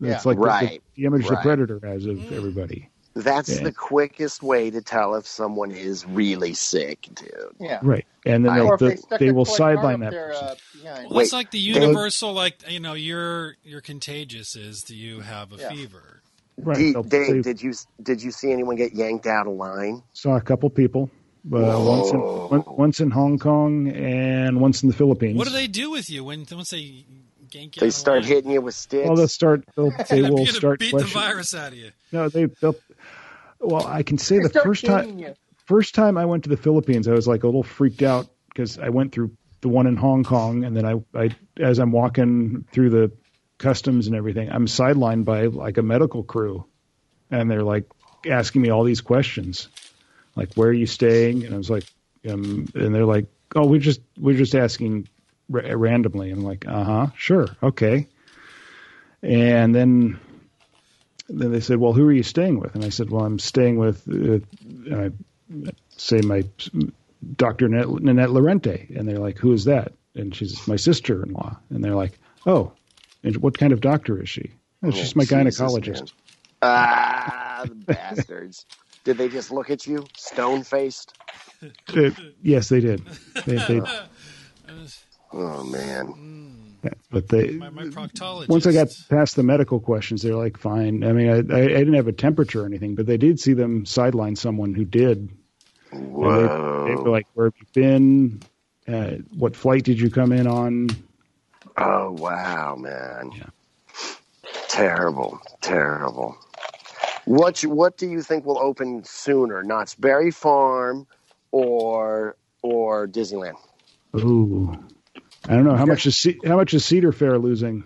Speaker 4: It's
Speaker 2: Yeah.
Speaker 4: like the- the-
Speaker 3: Right.
Speaker 4: the, image the
Speaker 3: Right.
Speaker 4: Predator has of
Speaker 2: Mm.
Speaker 4: everybody.
Speaker 3: That's
Speaker 4: Yeah.
Speaker 3: the quickest way to tell if someone is really sick, dude.
Speaker 2: yeah.
Speaker 4: Right, and then
Speaker 3: I-
Speaker 4: they'll,
Speaker 2: Or if they,
Speaker 4: they
Speaker 2: stuck
Speaker 4: they
Speaker 2: a
Speaker 4: will
Speaker 2: toy car
Speaker 4: sideline
Speaker 2: up
Speaker 4: that
Speaker 2: there,
Speaker 4: person.
Speaker 2: uh, behind.
Speaker 1: Well, it's
Speaker 3: Wait,
Speaker 1: like the
Speaker 3: they-
Speaker 1: universal, like you know, you're you're contagious. Is that you have a
Speaker 2: Yeah.
Speaker 1: fever?
Speaker 4: right,
Speaker 3: D-
Speaker 4: they'll-
Speaker 3: Dave,
Speaker 4: they
Speaker 3: did you did you see anyone get yanked out of line?
Speaker 4: saw a couple people. Uh, once in one, once in Hong Kong and once in the Philippines.
Speaker 1: What do they do with you when once they gank you?
Speaker 3: They start hitting you with sticks.
Speaker 4: Well, they'll start. They'll, they
Speaker 1: They
Speaker 4: will start
Speaker 1: beat the
Speaker 4: questioning.
Speaker 1: virus out of you.
Speaker 4: No, they. They'll, well, I can say
Speaker 2: They
Speaker 4: the
Speaker 2: start
Speaker 4: first time.
Speaker 2: scanning you.
Speaker 4: first time I went to the Philippines, I was like a little freaked out because I went through the one in Hong Kong, and then I, I, as I'm walking through the customs and everything, I'm sidelined by like a medical crew, and they're like asking me all these questions, like where are you staying, and I was like, um, and they're like, oh, we're just we're just asking ra- randomly. I'm like, uh huh, sure, okay, and then. Then they said, "Well, who are you staying with?" And I said, "Well, I'm staying with," uh, and I say my Dr. Nanette, Nanette Lorente. And they're like, who is that? And she's my sister in law. And they're like, oh, and what kind of doctor is she? Oh,
Speaker 3: Oh,
Speaker 4: she's my
Speaker 3: Jesus, man.
Speaker 4: gynecologist.
Speaker 3: Ah, the bastards! Did they just look at you, stone faced?
Speaker 4: Uh, yes, they did. They, they,
Speaker 3: Oh man,
Speaker 4: but they,
Speaker 1: My, my proctologist.
Speaker 4: once I got past the medical questions, they're like, fine. I mean, I, I, I didn't have a temperature or anything, but they did see them sideline someone who did. And they, they were
Speaker 3: whoa!
Speaker 4: like, where have you been? Uh, what flight did you come in on?
Speaker 3: Oh wow, man!
Speaker 4: Yeah.
Speaker 3: Terrible, terrible. What you- what do you think will open sooner, Knott's Berry Farm, or or Disneyland?
Speaker 4: Ooh, I don't know how much is Ce- how much is Cedar Fair losing?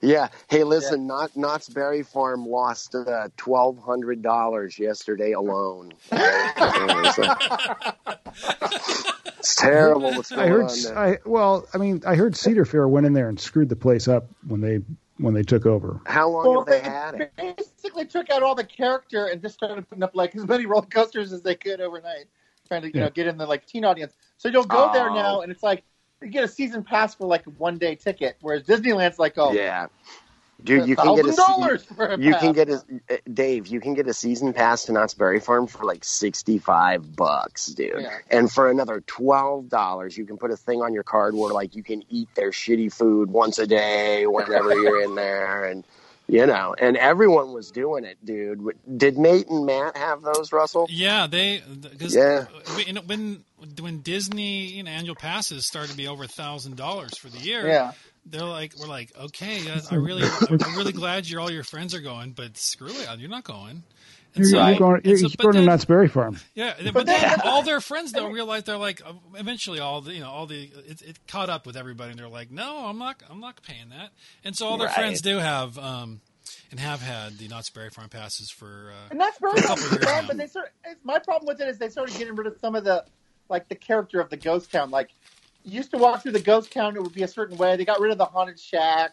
Speaker 3: Yeah. Hey, listen, Knott, Knott's Berry Farm lost uh, twelve hundred dollars yesterday alone. it's terrible. What's going
Speaker 4: I heard.
Speaker 3: on there.
Speaker 4: I, well, I mean, I heard Cedar Fair went in there and screwed the place up when they when they took over.
Speaker 3: How long
Speaker 2: Well,
Speaker 3: have they had it?
Speaker 2: basically took out all the character and just started putting up like as many roller coasters as they could overnight, trying to you
Speaker 4: Yeah.
Speaker 2: know get in the like teen audience. So you'll go there
Speaker 3: Oh.
Speaker 2: now, and it's like you get a season pass for like a one day ticket, whereas Disneyland's like oh
Speaker 3: Yeah, dude, you can get a se-
Speaker 2: dollars for a
Speaker 3: you can
Speaker 2: pass.
Speaker 3: get a uh, Dave. You can get a season pass to Knott's Berry Farm for like sixty five bucks, dude.
Speaker 2: Yeah.
Speaker 3: And for another twelve dollars, you can put a thing on your card where like you can eat their shitty food once a day whenever you're in there, and You know, and everyone was doing it, dude. Did Nate and Matt have those, Russell?
Speaker 1: Yeah, they. Cause
Speaker 3: Yeah.
Speaker 1: When when- when Disney you know, annual passes started to be over a thousand dollars for the year.
Speaker 2: Yeah.
Speaker 1: They're like, we're like, okay, I really, I'm really glad you're all your friends are going, but screw it, you're not going. And
Speaker 4: You're,
Speaker 2: Right.
Speaker 4: you're going, you're,
Speaker 1: And so-
Speaker 4: you're
Speaker 1: but
Speaker 4: going
Speaker 1: then-
Speaker 4: to Knott's Berry Farm.
Speaker 1: Yeah, but, but then all their friends though realized they're like uh, eventually all the you know all the it, it caught up with everybody and they're like no I'm not I'm not paying that and so all their
Speaker 3: Right.
Speaker 1: friends do have um and have had the Knott's Berry Farm passes for uh,
Speaker 2: And that's very
Speaker 1: couple years
Speaker 2: bad,
Speaker 1: now.
Speaker 2: but they sort it's- my problem with it is they started getting rid of some of the like the character of the ghost town. Like you used to walk through the ghost town, it would be a certain way. They got rid of the haunted shack.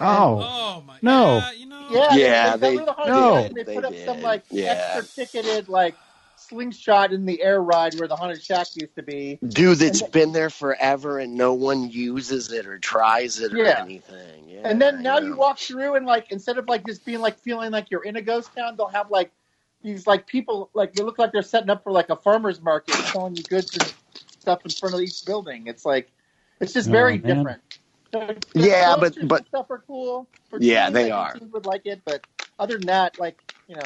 Speaker 4: Oh,
Speaker 1: oh my
Speaker 4: No.
Speaker 1: yeah, you know
Speaker 2: Yeah,
Speaker 3: Yeah,
Speaker 2: they,
Speaker 3: they-
Speaker 2: got rid of the haunted
Speaker 4: No.
Speaker 2: shack and they,
Speaker 3: They
Speaker 2: put up some
Speaker 3: did,
Speaker 2: like
Speaker 3: yeah.
Speaker 2: extra ticketed like slingshot in the air ride where the haunted shack used to be.
Speaker 3: Dude, it's been there forever and no one uses it or tries it or
Speaker 2: Yeah.
Speaker 3: anything. Yeah,
Speaker 2: And then now
Speaker 3: yeah.
Speaker 2: you walk through and like instead of like just being like feeling like you're in a ghost town, they'll have like these like people like they look like they're setting up for like a farmer's market selling you goods and stuff in front of each building. It's like it's just
Speaker 4: Oh,
Speaker 2: very
Speaker 4: man.
Speaker 2: different. So,
Speaker 3: Yeah,
Speaker 2: posters
Speaker 3: but-
Speaker 2: and
Speaker 3: but-
Speaker 2: stuff are cool. For
Speaker 3: Yeah,
Speaker 2: teens,
Speaker 3: they
Speaker 2: I think
Speaker 3: are.
Speaker 2: teens Would like it, but other than that, like you know,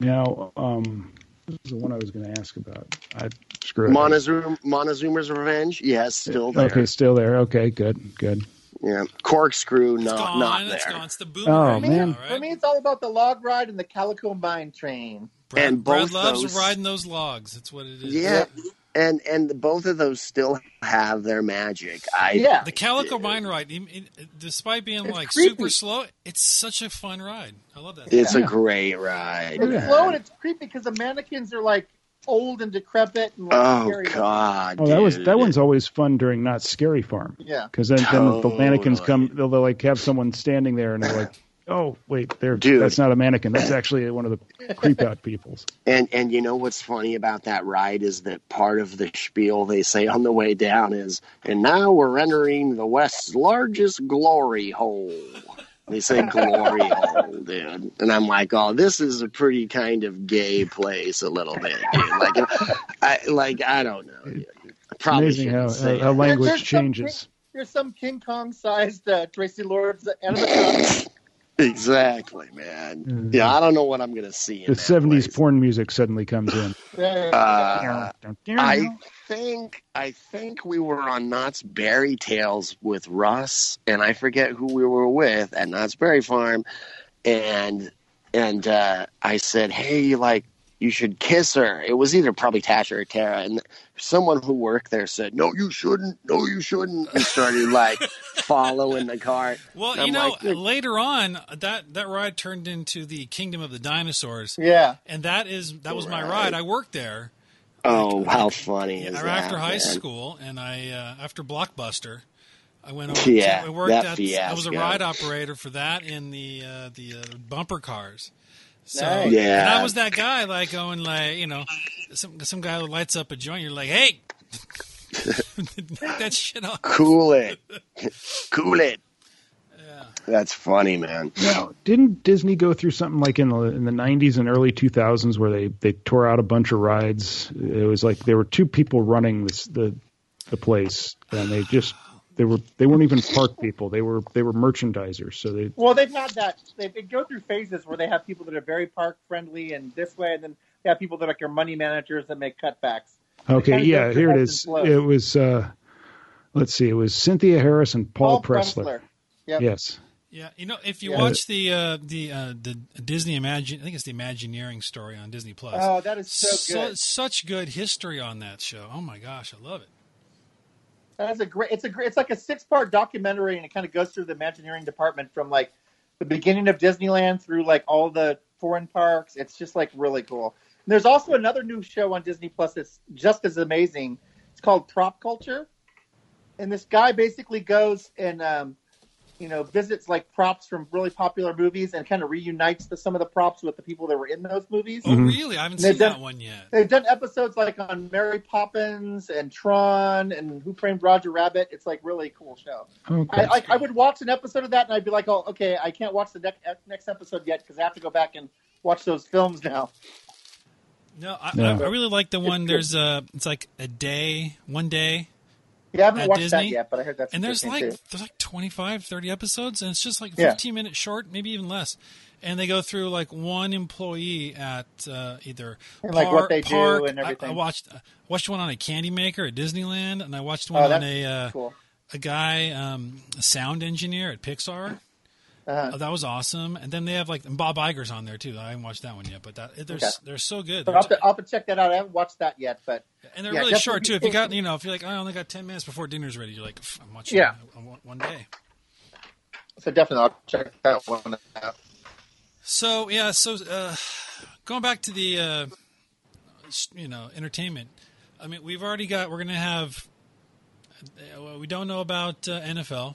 Speaker 4: now um, this is the one I was going to ask about. I screwed
Speaker 3: Montezuma, Montezuma's Revenge? Yes, still there.
Speaker 4: Okay, still there. Okay, good, good.
Speaker 3: Yeah. Corkscrew,
Speaker 1: it's
Speaker 3: not,
Speaker 1: gone
Speaker 3: not
Speaker 1: it's
Speaker 3: there.
Speaker 1: gone it's the boomerang
Speaker 4: Oh,
Speaker 2: for
Speaker 1: now,
Speaker 4: man.
Speaker 2: me, for
Speaker 1: right?
Speaker 2: me, it's all about the log ride and the Calico Mine Train.
Speaker 1: Brad,
Speaker 3: And
Speaker 1: Brad
Speaker 3: both
Speaker 1: loves
Speaker 3: those-
Speaker 1: riding those logs that's what it is
Speaker 3: Yeah. And and both of those still have their magic. I
Speaker 2: Yeah.
Speaker 1: the Calico Mine Ride em- em- despite being
Speaker 2: It's
Speaker 1: like
Speaker 2: creepy.
Speaker 1: super slow it's such a fun ride I love that
Speaker 3: It's a
Speaker 4: Yeah.
Speaker 3: great ride.
Speaker 2: It's
Speaker 4: Yeah.
Speaker 2: slow and it's creepy because the mannequins are like old and decrepit and like
Speaker 3: Oh
Speaker 2: scary.
Speaker 3: God!
Speaker 4: Oh, that was
Speaker 3: dude.
Speaker 4: that one's always fun during Knott's Scary Farm.
Speaker 2: Yeah.
Speaker 4: Because then, then the mannequins
Speaker 3: Totally.
Speaker 4: come, they'll, they'll like have someone standing there and they're like, oh, wait, they're,
Speaker 3: Dude.
Speaker 4: that's not a mannequin. That's actually one of the creep out peoples.
Speaker 3: And and you know what's funny about that ride is that part of the spiel they say on the way down is, and now we're entering the West's largest glory hole. They say glory hole, dude, and I'm like, oh, this is a pretty kind of gay place, a little bit, dude. Like, I like I don't know. dude. I probably
Speaker 4: Amazing how,
Speaker 3: shouldn't say
Speaker 4: how, how
Speaker 3: it.
Speaker 4: language
Speaker 2: There's something-
Speaker 4: changes.
Speaker 2: There's some King Kong sized uh, Tracy Lords animatronic.
Speaker 3: exactly, man.
Speaker 4: Mm.
Speaker 3: Yeah, I don't know what I'm gonna see. In
Speaker 4: The
Speaker 3: that
Speaker 4: 70s
Speaker 3: place.
Speaker 4: porn music suddenly comes in.
Speaker 3: Uh, I think I think we were on Knott's Berry Tales with Russ, and I forget who we were with at Knott's Berry Farm, and and uh, I said, "Hey, like you should kiss her." It was either probably Tasha or Tara, and someone who worked there said, "No, you shouldn't. No, you shouldn't." And started like following the cart.
Speaker 1: Well,
Speaker 3: I'm
Speaker 1: you know, uh,
Speaker 3: like,
Speaker 1: later on that that ride turned into the Kingdom of the Dinosaurs,
Speaker 2: yeah.
Speaker 1: and that is that was my
Speaker 3: Right.
Speaker 1: ride. I worked there
Speaker 3: "Oh, how funny is
Speaker 1: yeah,
Speaker 3: that?"
Speaker 1: after high
Speaker 3: man?
Speaker 1: school, and I uh, after Blockbuster, I went over.
Speaker 3: Yeah,
Speaker 1: to, I worked
Speaker 3: that
Speaker 1: at. I
Speaker 3: fiasco.
Speaker 1: was a ride operator for that in the uh, the uh, bumper cars. So
Speaker 2: Nice.
Speaker 1: and
Speaker 3: Yeah.
Speaker 1: I was that guy like going like you know some some guy who lights up a joint. You're like, hey, knock that shit off.
Speaker 3: Cool it, cool it.
Speaker 1: Yeah.
Speaker 3: That's funny, man.
Speaker 4: Now, didn't Disney go through something like in the in the 90s and early 2000s where they they tore out a bunch of rides? It was like there were two people running this the the place, and they just they were they weren't even park people. They were they were merchandisers. So they
Speaker 2: Well, they've had that. They, they go through phases where they have people that are very park friendly and this way, and then they have people that are like your money managers that make cutbacks.
Speaker 4: okay,
Speaker 2: kinda
Speaker 4: yeah,
Speaker 2: goes through
Speaker 4: here it
Speaker 2: ebbs
Speaker 4: is.
Speaker 2: and flows.
Speaker 4: It was uh, let's see, it was Cynthia Harris and Paul, Pressler.
Speaker 2: Yep.
Speaker 4: Yes,
Speaker 1: Yeah, you know, if you
Speaker 2: Yeah.
Speaker 1: watch the uh, the uh, the Disney Imagine, I think it's the Imagineering story on Disney Plus.
Speaker 2: Oh, that is so
Speaker 1: Su-
Speaker 2: good.
Speaker 1: such good history on that show. Oh my gosh, I love it.
Speaker 2: That's a great. It's a great. It's like a six part documentary, and it kind of goes through the Imagineering department from like the beginning of Disneyland through like all the foreign parks. It's just like really cool. And there's also another new show on Disney Plus that's just as amazing. It's called Prop Culture, and this guy basically goes and um, you know visits like props from really popular movies and kind of reunites the, some of the props with the people that were in those movies.
Speaker 1: Oh
Speaker 4: Mhm.
Speaker 1: really? I haven't
Speaker 2: Mm-hmm. They've
Speaker 1: seen that
Speaker 2: done-
Speaker 1: one yet.
Speaker 2: They've done episodes like on Mary Poppins and Tron and Who Framed Roger Rabbit. It's like really cool show. I,
Speaker 4: okay.
Speaker 2: like I would watch an episode of that and I'd be like, oh, okay, I can't watch the next next episode yet because I have to go back and watch those films now.
Speaker 1: No, I,
Speaker 4: No.
Speaker 1: uh, I, I really like the one. There's a it's like a day, one day,
Speaker 2: Yeah, I haven't
Speaker 1: at
Speaker 2: watched that
Speaker 1: Disney.
Speaker 2: yet, but I heard that's
Speaker 1: and there's like
Speaker 2: interesting, too.
Speaker 1: there's like 25 30 episodes and it's just like
Speaker 2: Yeah.
Speaker 1: 15 minutes short maybe even less and they go through like one employee at uh, either
Speaker 2: And, like, what they do
Speaker 1: park-
Speaker 2: and
Speaker 1: I- I,
Speaker 2: everything.
Speaker 1: watched uh, watched one on a candy maker at Disneyland and I watched one
Speaker 2: Oh,
Speaker 1: on
Speaker 2: that's
Speaker 1: a uh,
Speaker 2: cool.
Speaker 1: a guy um, a sound engineer at Pixar
Speaker 2: Uh-huh.
Speaker 1: Oh, that was awesome and then they have like and Bob Iger's on there too I haven't watched that one yet but that they're s-
Speaker 2: Okay.
Speaker 1: they're so good
Speaker 2: So
Speaker 1: They're
Speaker 2: I'll, have to, I'll have to check that out. I haven't watched that yet, but
Speaker 1: and they're
Speaker 2: Yeah,
Speaker 1: really
Speaker 2: definitely
Speaker 1: short
Speaker 2: be
Speaker 1: too. If you got,
Speaker 2: thinking-
Speaker 1: you know, if you're like, "Oh, I only got ten minutes before dinner's ready, you're like, "Pff, I'm watching.
Speaker 2: Yeah.
Speaker 1: on one- one day.
Speaker 2: so definitely I'll check that one out.
Speaker 1: So yeah, so uh, going back to the, uh, s- you know, entertainment. I mean, we've already got. We're gonna have. uh, well, We don't know about uh, NFL.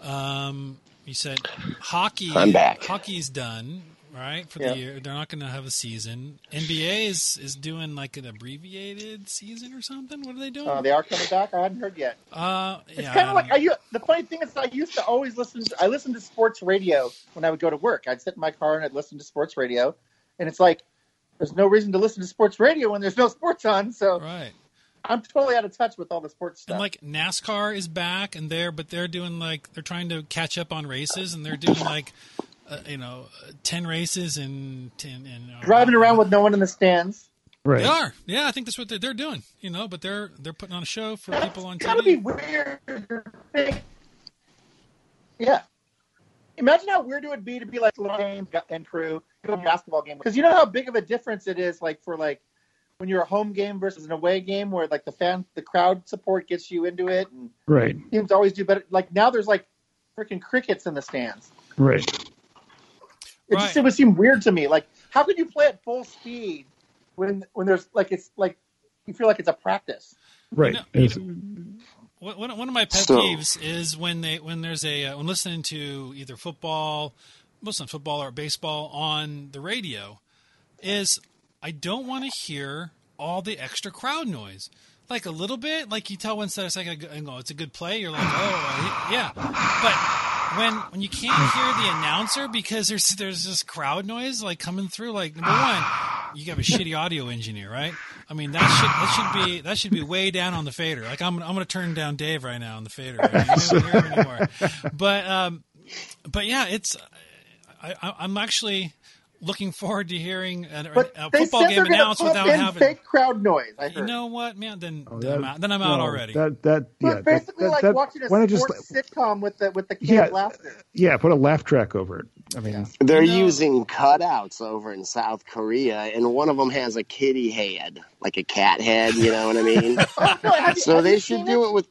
Speaker 1: Um, you said hockey.
Speaker 3: I'm back.
Speaker 1: Hockey's done, right? For
Speaker 2: Yeah.
Speaker 1: the year, they're not going to have a season. NBA is is doing like an abbreviated season or something. What are they doing?
Speaker 2: Uh, they are coming back. I hadn't heard yet.
Speaker 1: Uh,
Speaker 2: It's
Speaker 1: yeah, I
Speaker 2: kind of
Speaker 1: don't
Speaker 2: like
Speaker 1: know.
Speaker 2: I, u- the funny thing is I used to always listen. To, I listened to sports radio when I would go to work. I'd sit in my car and I'd listen to sports radio, and it's like there's no reason to listen to sports radio when there's no sports on. So
Speaker 1: right.
Speaker 2: I'm totally out of touch with all the sports stuff.
Speaker 1: And like NASCAR is back, and they're but they're doing like they're trying to catch up on races, and they're doing like uh, you know uh, ten races and ten and uh,
Speaker 2: Driving around with no one in the stands.
Speaker 4: Right.
Speaker 1: They are, yeah. I think that's what they're, they're doing, you know. But they're they're putting on a show for people on
Speaker 2: It's gotta be
Speaker 1: TV.
Speaker 2: weird. Yeah. Imagine how weird it would be to be like LeBron James and crew to a basketball game because you know how big of a difference it is, like for like when you're a home game versus an away game, where like the fan, the crowd support gets you into it, and
Speaker 4: Right.
Speaker 2: teams always do better. Like now, there's like freaking crickets in the stands.
Speaker 4: Right.
Speaker 2: It
Speaker 1: Right.
Speaker 2: just it would seem weird to me. Like how could you play at full speed when when there's like it's like you feel like it's a practice.
Speaker 4: Right.
Speaker 1: No,
Speaker 4: It's-
Speaker 1: One- One, one of my pet
Speaker 3: So-
Speaker 1: peeves is when they when there's a uh, when listening to either football, mostly football or baseball on the radio, is I don't want to hear all the extra crowd noise. Like a little bit, like you tell one side it's like a, good- you know, it's a good play. You're like, oh yeah, but when when you can't hear the announcer because there's there's this crowd noise like coming through. Like number one, you have a shitty audio engineer, right? I mean that should that should be that should be way down on the fader. Like I'm I'm gonna turn down Dave right now on the fader. Right? You don't hear it anymore. But um, but yeah, it's I, I I'm actually looking forward to hearing an,
Speaker 2: But
Speaker 1: a
Speaker 2: they
Speaker 1: football
Speaker 2: said
Speaker 1: game
Speaker 2: they're gonna
Speaker 1: announced
Speaker 2: pump
Speaker 1: without
Speaker 2: in
Speaker 1: having.
Speaker 2: fake crowd noise. I heard.
Speaker 1: You know what, man? Then,
Speaker 4: oh,
Speaker 1: then I'm
Speaker 4: that-
Speaker 1: out. Then I'm out
Speaker 4: no,
Speaker 1: already.
Speaker 4: That that
Speaker 2: So
Speaker 4: yeah.
Speaker 2: it's basically
Speaker 4: that-
Speaker 2: like
Speaker 4: that-
Speaker 2: watching a
Speaker 4: why not
Speaker 2: sports
Speaker 4: just
Speaker 2: sitcom with the with the
Speaker 4: Yeah.
Speaker 2: canned laughter.
Speaker 4: yeah put a laugh track over it. I mean,
Speaker 3: They're
Speaker 1: No.
Speaker 3: using cutouts over in South Korea, and one of them has a kitty head, like a cat head. You know what I mean?
Speaker 2: Oh, no, have you,
Speaker 3: so
Speaker 2: have
Speaker 3: they
Speaker 2: you
Speaker 3: should
Speaker 2: seen
Speaker 3: do it with.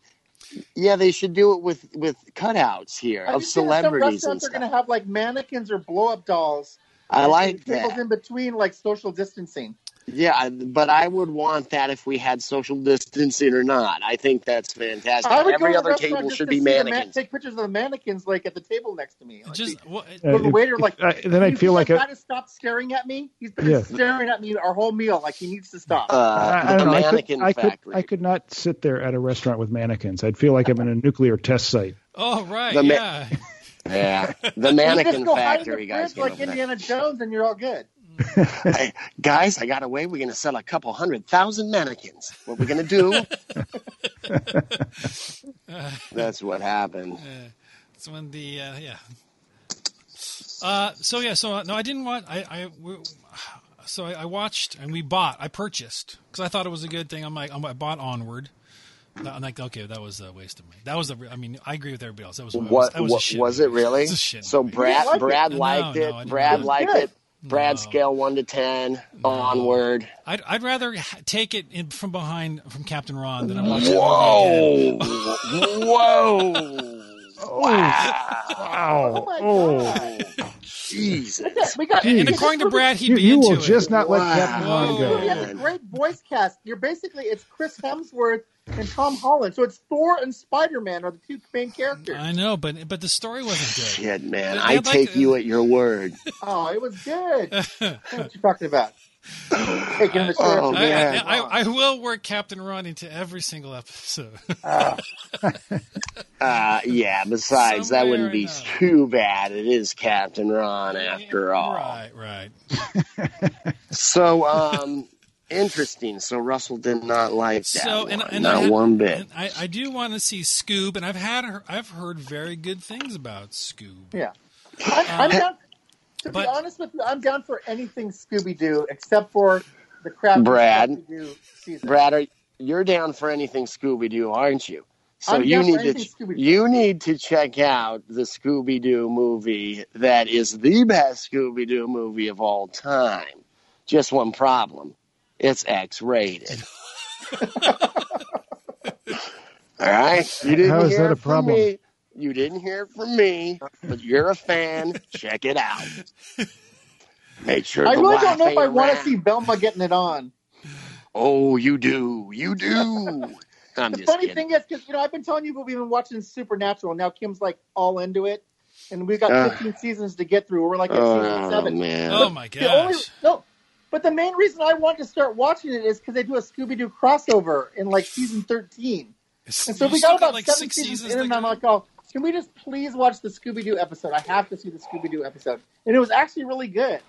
Speaker 3: Yeah, they should do it with with cutouts here
Speaker 2: Have
Speaker 3: of
Speaker 2: you seen that
Speaker 3: celebrities
Speaker 2: Some
Speaker 3: and
Speaker 2: restaurants are
Speaker 3: stuff.
Speaker 2: going to have like mannequins or blow up dolls.
Speaker 3: I
Speaker 2: and
Speaker 3: like
Speaker 2: people's
Speaker 3: that.
Speaker 2: in between, like social distancing.
Speaker 3: Yeah, I- but I would want that if we had social distancing or not. I think that's fantastic.
Speaker 2: I would go
Speaker 3: Every
Speaker 2: to
Speaker 3: other
Speaker 2: the restaurant
Speaker 3: table
Speaker 2: just
Speaker 3: should
Speaker 2: to
Speaker 3: be
Speaker 2: see the man-
Speaker 3: mannequins.
Speaker 2: take pictures of the mannequins, like at the table next to me. Like,
Speaker 1: Just what,
Speaker 4: Uh,
Speaker 2: the the
Speaker 4: if-
Speaker 2: waiter, like,
Speaker 4: I, then I'd feel like
Speaker 2: I
Speaker 4: a,
Speaker 2: gotta stop staring at me. He's been
Speaker 4: Yeah.
Speaker 2: staring at me our whole meal. Like he needs to stop.
Speaker 3: uh,
Speaker 4: I, I
Speaker 3: the
Speaker 4: don't know. I could,
Speaker 3: mannequin
Speaker 4: I could
Speaker 3: factory.
Speaker 4: I could not sit there at a restaurant with mannequins. I'd feel like I'm in a nuclear test site.
Speaker 1: oh right,
Speaker 3: The ma-
Speaker 1: yeah.
Speaker 3: yeah, the
Speaker 2: you
Speaker 3: mannequin
Speaker 2: just go hide in the
Speaker 3: factory guys.
Speaker 2: fridge
Speaker 3: get
Speaker 2: like
Speaker 3: over there.
Speaker 2: Indiana Jones, and you're all good.
Speaker 3: I, guys, I got away. We're going to sell a couple hundred thousand mannequins. What we're going to do? That's what happened.
Speaker 1: It's when the uh, yeah. Uh, so yeah, so uh, no, I didn't want. I, I w- so I, I watched and we bought. I purchased because I thought it was a good thing. I'm like, I'm, I bought Onward. I'm like, okay, that was a waste of money. That was a. I mean, I agree with everybody else. That was that was,
Speaker 3: What
Speaker 1: that was,
Speaker 3: was,
Speaker 1: a
Speaker 3: what,
Speaker 1: shit
Speaker 3: was it
Speaker 1: movie.
Speaker 3: really?
Speaker 1: It's a shit
Speaker 3: So
Speaker 1: movie.
Speaker 3: Brad
Speaker 2: like it?
Speaker 3: Brad
Speaker 1: No,
Speaker 3: liked
Speaker 1: no,
Speaker 3: it.
Speaker 1: I didn't
Speaker 3: Brad
Speaker 1: like
Speaker 3: liked
Speaker 2: it.
Speaker 3: it. Brad
Speaker 1: No.
Speaker 3: scale one to ten onward.
Speaker 1: I'd, I'd rather ha- take it in from behind from Captain Ron than I'm watching.
Speaker 3: Whoa! Whoa! Wow!
Speaker 4: Wow!
Speaker 2: Oh my god!
Speaker 3: Jesus!
Speaker 2: We got.
Speaker 1: And
Speaker 4: Jeez.
Speaker 1: according to Brad, he'd
Speaker 4: You,
Speaker 1: be
Speaker 4: you
Speaker 1: into
Speaker 4: will
Speaker 1: it.
Speaker 4: just not
Speaker 3: Wow.
Speaker 4: let Captain Ron
Speaker 2: We
Speaker 1: Whoa.
Speaker 4: go.
Speaker 2: have a great voice cast. You're basically it's Chris Hemsworth and Tom Holland. So it's Thor and Spider Man are the two main characters.
Speaker 1: I know, but but the story wasn't good.
Speaker 3: Shit, man!
Speaker 1: They-
Speaker 3: I
Speaker 1: they'd like
Speaker 3: take
Speaker 1: to-
Speaker 3: you at your word.
Speaker 2: Oh, it was good. I know what you talking about? Taking the shirt
Speaker 3: Oh,
Speaker 2: off.
Speaker 1: I,
Speaker 3: man.
Speaker 1: I, I, I will work Captain Ron into every single episode.
Speaker 3: Uh, yeah. Besides,
Speaker 1: Some
Speaker 3: that
Speaker 1: way
Speaker 3: wouldn't
Speaker 1: or
Speaker 3: be
Speaker 1: another.
Speaker 3: too bad. It is Captain Ron, after all.
Speaker 1: Right, right.
Speaker 3: So, um, interesting. So Russell did not like that
Speaker 1: So and,
Speaker 3: one,
Speaker 1: and
Speaker 3: not
Speaker 1: I had-
Speaker 3: one bit.
Speaker 1: and I, I do want to see Scoob, and I've had her, I've heard very good things about Scoob.
Speaker 2: Yeah. I'm, I'm down, to
Speaker 1: Uh, but-
Speaker 2: be honest with you, I'm down for anything Scooby Doo except for the crap
Speaker 3: Brad.
Speaker 2: Scooby-Doo season.
Speaker 3: Brad, are, you're down for anything Scooby Doo, aren't you? So
Speaker 2: I'm
Speaker 3: you
Speaker 2: down for
Speaker 3: need to
Speaker 2: anything
Speaker 3: ch-
Speaker 2: Scooby-Doo.
Speaker 3: you need to check out the Scooby Doo movie that is the best Scooby Doo movie of all time. Just one problem, it's X rated. all right, you didn't
Speaker 4: How is
Speaker 3: hear
Speaker 4: that a
Speaker 3: it from
Speaker 4: problem?
Speaker 3: me. You didn't hear it from me, but you're a fan. check it out. Make sure.
Speaker 2: I
Speaker 3: to
Speaker 2: really
Speaker 3: laugh
Speaker 2: don't know if I want to
Speaker 3: around.
Speaker 2: see Belma getting it on.
Speaker 3: Oh, you do. You do. I'm
Speaker 2: The
Speaker 3: just
Speaker 2: funny
Speaker 3: kidding.
Speaker 2: thing is, because you know, I've been telling you, but we've been watching Supernatural. Now Kim's like all into it, and we've got
Speaker 3: Ugh.
Speaker 2: 15 seasons to get through. We're like at season
Speaker 3: oh,
Speaker 2: seven.
Speaker 3: man.
Speaker 1: Oh my
Speaker 2: The only
Speaker 1: gosh!
Speaker 2: no, but the main reason I wanted to start watching it is because they do a Scooby Doo crossover in like season 13, and so
Speaker 1: You
Speaker 2: we
Speaker 1: still
Speaker 2: got about
Speaker 1: like
Speaker 2: seven
Speaker 1: six
Speaker 2: seasons,
Speaker 1: seasons.
Speaker 2: in, and
Speaker 1: to
Speaker 2: I'm
Speaker 1: go.
Speaker 2: like, oh, can we just please watch the Scooby Doo episode? I have to see the Scooby Doo episode, and it was actually really good.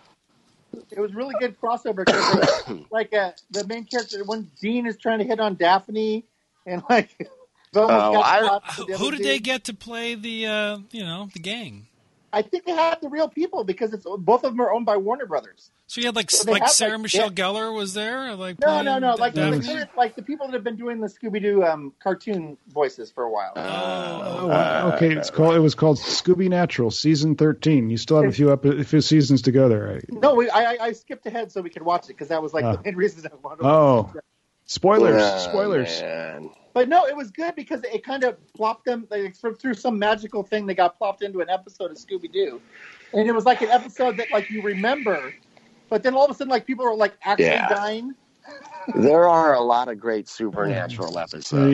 Speaker 2: It was really good crossover because like uh, the main character when Dean is trying to hit on Daphne, and like. Velma's
Speaker 3: Oh,
Speaker 2: got
Speaker 3: I-
Speaker 2: lots of the
Speaker 1: who
Speaker 2: other
Speaker 1: did they
Speaker 2: dudes.
Speaker 1: get to play the uh, you know the gang?
Speaker 2: I think they had the real people because it's both of them are owned by Warner Brothers.
Speaker 1: So you had like
Speaker 2: So they
Speaker 1: like
Speaker 2: had, like,
Speaker 1: Sarah Michelle
Speaker 2: Dan-
Speaker 1: Gellar was there, like
Speaker 2: No,
Speaker 1: playing
Speaker 2: no, no. Like,
Speaker 1: Daphne?
Speaker 2: like, sort of like the people that have been doing the Scooby Doo um, cartoon voices for a while.
Speaker 1: oh,
Speaker 4: Oh, wow. okay, it's called. It was called Scooby Natural, season thirteen. You still have a few up, a few seasons to go there. I-
Speaker 2: no, we, I, I- I skipped ahead so we could watch it because that was like
Speaker 4: Ah.
Speaker 2: the main reason I wanted. to
Speaker 4: Oh,
Speaker 2: watch it.
Speaker 4: spoilers!
Speaker 3: Oh,
Speaker 4: spoilers!
Speaker 3: man.
Speaker 2: But no, it was good because it kind of plopped them like sort of through some magical thing. They got plopped into an episode of Scooby Doo, and it was like an episode that like you remember, but then all of a sudden like people are like actually
Speaker 3: Yeah.
Speaker 2: dying.
Speaker 3: There are a lot of great supernatural
Speaker 4: So you